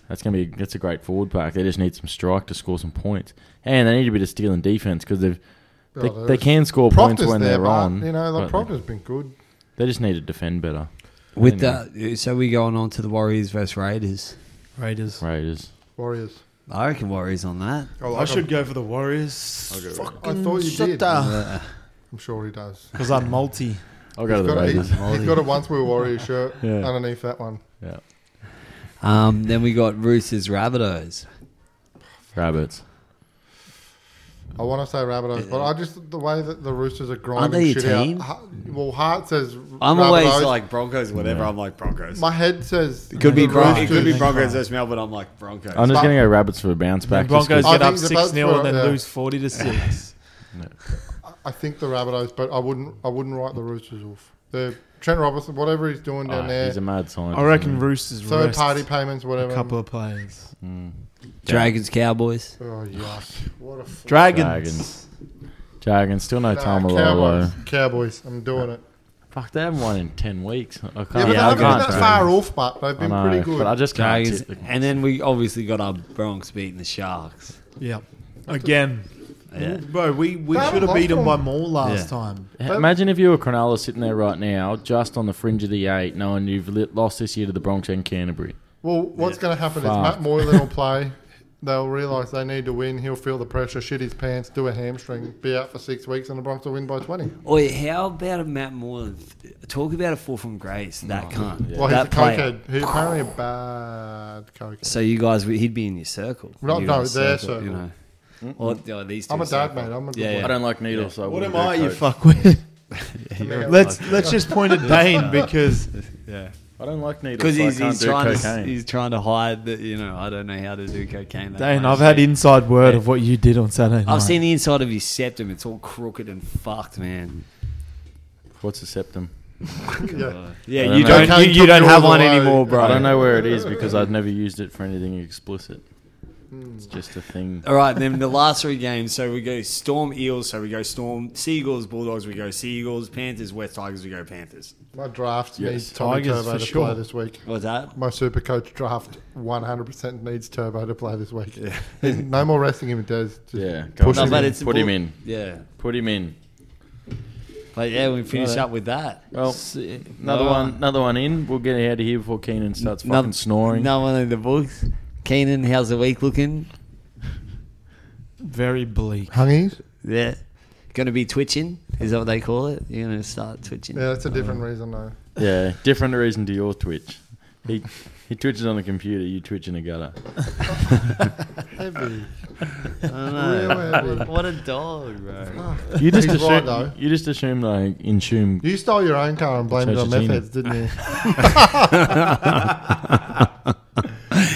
S3: That's gonna be that's a great forward pack. They just need some strike to score some points, and they need a bit of steel in defense because they've
S4: Oh,
S3: they,
S4: there
S3: they
S4: is.
S3: can score
S4: Proctor's
S3: points when
S4: there,
S3: they're
S4: but,
S3: on.
S4: You know, like
S3: but
S4: Proctor's been good.
S3: they just need to defend better.
S7: With the so we going on to the Warriors versus Raiders.
S5: Raiders.
S3: Raiders.
S4: Warriors.
S7: I reckon Warriors on that.
S4: Oh,
S5: I should go for the Warriors. *laughs*
S4: I thought you did. I'm sure he does.
S5: Because I'm multi.
S3: I'll go to
S4: He's
S3: the
S4: got a-
S3: *laughs*
S4: *laughs*
S3: Raiders.
S4: he's got a once we were warrior shirt
S3: *laughs* Yeah.
S4: underneath that one.
S9: Um, then we got Roosters Rabbitohs.
S3: Rabbits.
S4: I want to say Rabbitohs, but I just the way that the Roosters are grinding
S9: they your
S4: shit out-
S9: team?
S4: Ha- Well, Hart says
S9: I'm always
S4: Rabbitohs.
S9: like Broncos, whatever. I'm like Broncos.
S4: my head says
S2: Could be
S4: the
S2: Bron- it
S4: *laughs*
S2: could be
S4: Roosters.
S2: Broncos versus Melbourne. I'm like Broncos.
S3: I'm just
S4: But-
S3: going to go Rabbits for a bounce back. just
S5: Broncos
S3: 'cause-
S4: I
S5: get up
S4: think that
S5: 6
S4: that's
S5: 0 and
S4: right,
S5: then
S4: yeah.
S5: lose
S3: *laughs*
S5: 40 to 6.
S4: I think the Rabbitohs, but I wouldn't. I wouldn't write the Roosters off. The Trent Robertson, whatever he's doing down
S3: Oh,
S4: there,
S3: he's a mad scientist.
S5: I reckon
S3: isn't
S5: Roosters
S4: third
S5: rest
S4: party payments,
S5: a
S4: whatever.
S5: couple of players.
S3: he? Mm.
S9: Dragons Cowboys.
S4: Oh yuck! What a f-
S5: Dragons.
S3: Dragons. Dragons. Still no
S4: Nah,
S3: Tamalolo.
S4: Cowboys. Cowboys. I'm doing it.
S3: Fuck, they haven't won in 10 weeks. I can't.
S4: Yeah, but they
S9: I'll
S4: haven't
S9: go
S4: been
S9: with
S4: that far off, but they've been
S3: I know,
S4: pretty good.
S3: But I just can't.
S9: Dragons.
S3: tip the-
S9: And then we obviously got our Bronx beating the Sharks.
S5: Yeah. Again.
S9: Yeah.
S5: Bro, we, we
S4: They
S5: should
S4: haven't
S5: have beat
S4: lost
S5: them by
S4: one.
S5: more last
S9: Yeah.
S5: time.
S3: Imagine if you were Cronulla sitting there right now, just on the fringe of the eight, knowing you've lit, lost this year to the Bronx and Canterbury.
S4: Well, what's going to happen
S3: Fuck.
S4: is Matt Moylan will play. They'll realise they need to win. He'll feel the pressure, shit his pants, do a hamstring, be out for six weeks, and the Bronx will win by 20.
S2: Oi, how about a Matt Moore? Talk about a fall from grace.
S5: Oh,
S2: That can't.
S4: Well, he's
S2: that
S4: a cokehead. He's apparently a bad cokehead.
S2: So you guys, he'd be in your circle.
S4: No,
S2: You
S4: no,
S2: guys'
S4: their
S2: You
S4: circle.
S2: know, or, or these two.
S4: I'm a dad,
S2: circles.
S4: mate. I'm a good
S2: Yeah, yeah.
S4: yeah,
S2: I don't
S3: like needles, so
S9: What am I, you
S5: *laughs* Fuckwit.
S4: yeah.
S5: Let's let's just point at Dane because
S9: Yeah.
S3: I don't like needles.
S9: Because
S3: so
S9: he's,
S3: I can't
S9: he's,
S3: do
S9: trying to,
S3: cocaine.
S9: he's trying to hide that, you know, I don't know how to do cocaine. That
S5: Dane,
S9: much.
S5: I've had inside word of what you did on Saturday night.
S2: I've seen the inside of his septum. It's all crooked and fucked, man.
S3: What's a septum?
S4: yeah.
S2: Yeah,
S3: I
S2: you
S3: don't know.
S2: don't. You,
S4: Cocaine
S2: you don't
S4: took
S2: have
S4: yours
S2: one
S4: away.
S2: anymore, bro.
S3: I don't know where it is because I've never used it for anything explicit. It's just a thing.
S2: All right, then the last three games. So we go Storm Eels. So we go Storm Seagulls Bulldogs. We go Seagulls Panthers West Tigers. We go Panthers.
S4: My draft
S3: Yes,
S4: needs Tommy
S5: Tigers
S4: Turbo
S5: for
S4: to
S5: sure.
S4: play this week.
S2: What's
S3: *laughs*
S2: that?
S4: My super coach draft 100% needs Turbo to play this week. *laughs* no more resting him, Des. Just
S3: Yeah,
S4: push
S3: go on.
S4: him.
S3: No,
S4: in.
S3: but Put him in.
S2: Yeah,
S3: Put him in.
S2: but yeah, we finish up with that.
S3: Well,
S9: uh,
S3: another
S2: no.
S3: one, another one in. We'll get out of here before Keenan starts fucking
S2: Another-
S3: snoring.
S2: Another one in the books. Keenan, how's the week looking?
S5: very bleak.
S4: Hungies?
S2: Yeah. Going to be twitching? Is that what they call it? You're going to start twitching?
S4: Yeah, that's a different reason, though.
S3: Yeah, different reason to your Twitch. He he twitches on the computer. You twitch in a gutter.
S4: Heavy.
S2: I don't know.
S4: Real heavy.
S2: What a dog, bro.
S3: You just
S4: He's
S3: assume.
S4: right, though.
S3: you just assume like in Shum.
S4: You stole your own car and blamed it on meth
S3: Churchillina.
S4: heads, didn't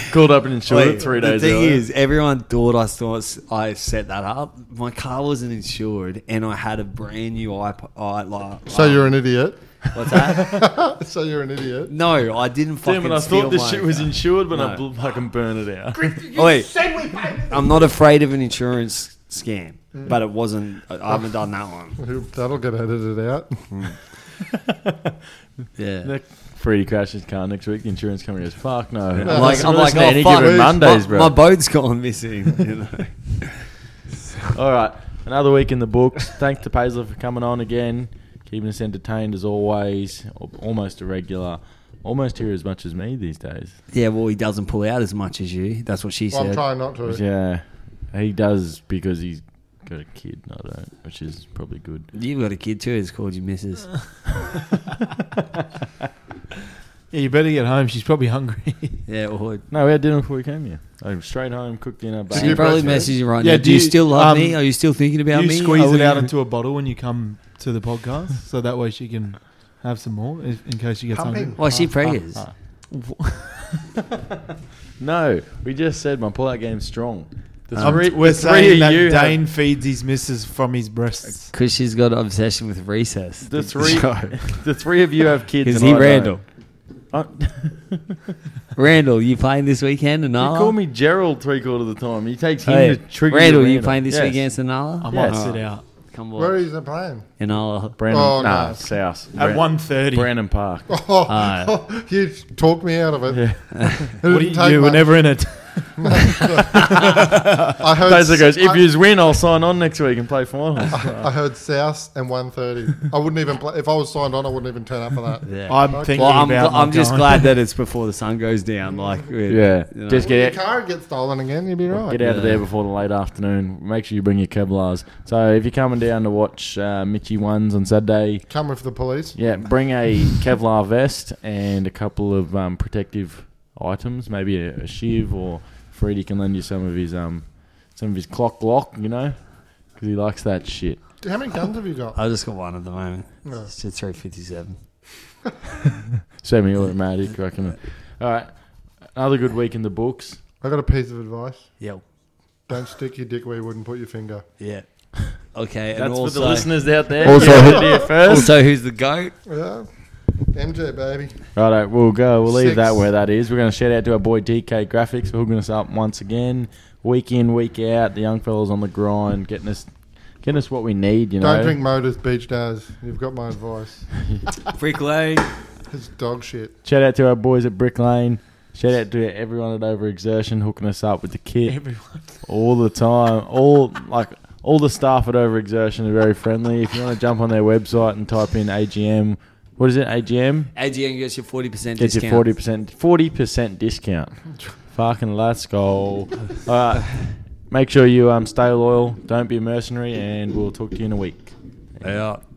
S4: you?
S3: Called up and insured it three days
S9: The thing
S3: earlier.
S9: is, everyone thought I thought I set that up. My car wasn't insured, and I had a brand new iPod. I, like,
S4: so you're an idiot. *laughs*
S9: what's that? *laughs*
S4: So you're an idiot.
S9: no, I didn't fucking.
S3: Damn it! I
S9: steal
S3: thought this
S9: my
S3: shit was insured, but
S9: No.
S3: I bl- fucking burn it out.
S9: Wait, I'm not afraid of an insurance scam, but it wasn't. I
S3: Oh.
S9: I haven't done that one.
S4: That'll get edited out.
S9: Yeah.
S3: The *laughs* Freddie crashes car next week. The insurance company goes, "Fuck no." I'm
S4: I'm
S3: like, I'm like,
S9: oh,
S3: any
S9: fuck,
S3: given
S4: my-
S3: Mondays,
S9: my,
S3: bro.
S9: my boat's gone missing. You know?
S3: All right, another week in the books. Thanks to Paisley for coming on again, keeping us entertained as always. Al- Almost a regular, almost here as much as me these days.
S2: *laughs* Yeah, well, he doesn't pull out as much as you. That's what she
S4: Well, I'm
S2: said.
S4: trying not to.
S3: Yeah, he does because he's got a kid. and I don't, which is probably good.
S2: You've got a kid too. It's called you
S3: *laughs*
S2: missus.
S5: Yeah, you better get home. She's probably hungry.
S2: Yeah, or
S3: No, we had dinner before we came here. I was straight home, cooked dinner,
S2: she
S3: baked.
S4: you-
S2: probably
S4: breastfeed?
S2: messaged you right
S5: Yeah,
S2: now. Do,
S5: do
S2: you,
S5: you-
S2: still love
S5: um,
S2: me? Are you still thinking about
S5: you
S2: me?
S5: squeeze
S2: Are
S5: it out
S2: we-
S5: into a bottle when you come to the podcast, so that way she can have some more if, in case she gets
S4: Pumping.
S5: hungry.
S2: *laughs* Well, she prayers.
S3: ah. No, we just said my pullout game's strong. The
S5: Um,
S3: three-
S5: we're
S3: the three
S5: saying
S3: of
S5: that
S3: you have-
S5: Dane feeds his missus from his breasts.
S2: Because she's got an obsession with recess. *laughs*
S3: the three, *laughs* the three of you have kids.
S2: Is he
S3: and I
S2: Randall?
S3: don't. Uh, *laughs* I'm-
S2: Randall, you playing this weekend? And
S3: You call me Gerald three quarter of the time. You take him
S2: Hey,
S3: to trigger.
S2: Randall, you
S3: random.
S2: playing this
S3: Yes.
S2: weekend, Sinala?
S5: I might
S3: Yes.
S5: sit out
S2: Come
S4: Where
S2: on,
S4: is it *laughs* playing?
S3: *laughs*
S2: Sinala.
S3: Brandon,
S4: Oh,
S3: nah,
S4: no.
S3: South.
S5: at one thirty.
S3: Brandon Park.
S4: Oh, *laughs* you talked me out of it.
S3: Yeah.
S4: It *laughs*
S5: What do
S4: didn't
S5: you
S4: take
S5: do? We're
S4: much.
S5: never in it.
S4: I heard
S3: Basically goes, if
S4: I-
S3: you win, I'll sign on next week and play finals.
S4: I heard South and 130. I wouldn't even play. If I was signed on, I wouldn't even turn up for that.
S5: I'm thinking
S7: Well, I'm,
S5: about.
S7: I'm
S5: not
S7: just
S5: going. *laughs*
S7: glad
S3: *laughs*
S7: that it's before the sun goes down. Like, we-
S3: yeah,
S7: you know.
S3: just
S4: Your
S3: get out,
S4: car gets stolen again, you'd be right.
S3: get out of there before the late afternoon. Make sure you bring your Kevlars. So if you're coming down to watch uh, Mitchy ones on Saturday,
S4: Come with the police.
S3: Yeah, bring
S4: *laughs*
S3: a Kevlar vest and a couple of um, protective items, maybe a, a shiv or Freddie can lend you some of his um some of his clock lock, you know, because he likes that shit.
S4: How many guns have you got?
S2: I just got one at the moment.
S4: No.
S2: It's a 357.
S3: Semi-automatic, I reckon. All right, another good week in the books.
S4: I got a piece of advice.
S2: Yep.
S4: Don't stick your dick where you wouldn't put your finger.
S3: *laughs*
S2: Yeah. Okay. and
S3: That's
S2: also,
S3: for the listeners out there.
S6: Also,
S7: also, who's the goat?
S4: Yeah. MJ, baby.
S3: Righto, we'll go. We'll leave
S4: Six.
S3: that where that is. We're going to shout out to our boy DK Graphics for hooking us up once again, week in, week out. The young fellas on the grind, getting us, getting us what we need. You know,
S4: Don't drink motors, beach days. You've got my advice.
S7: Brick Lane.
S4: It's dog shit.
S3: Shout out to our boys at Brick Lane. Shout out to everyone at Overexertion hooking us up with the kit all the time. All like all the staff at Overexertion are very friendly. If you want to jump on their website and type in AGM, what is it? AGM
S2: AGN gets you 40% discount.
S3: gets you forty percent forty percent discount. Fucking let's go. All right, make sure you um stay loyal. Don't be a mercenary, and we'll talk to you in a week.
S2: Yeah.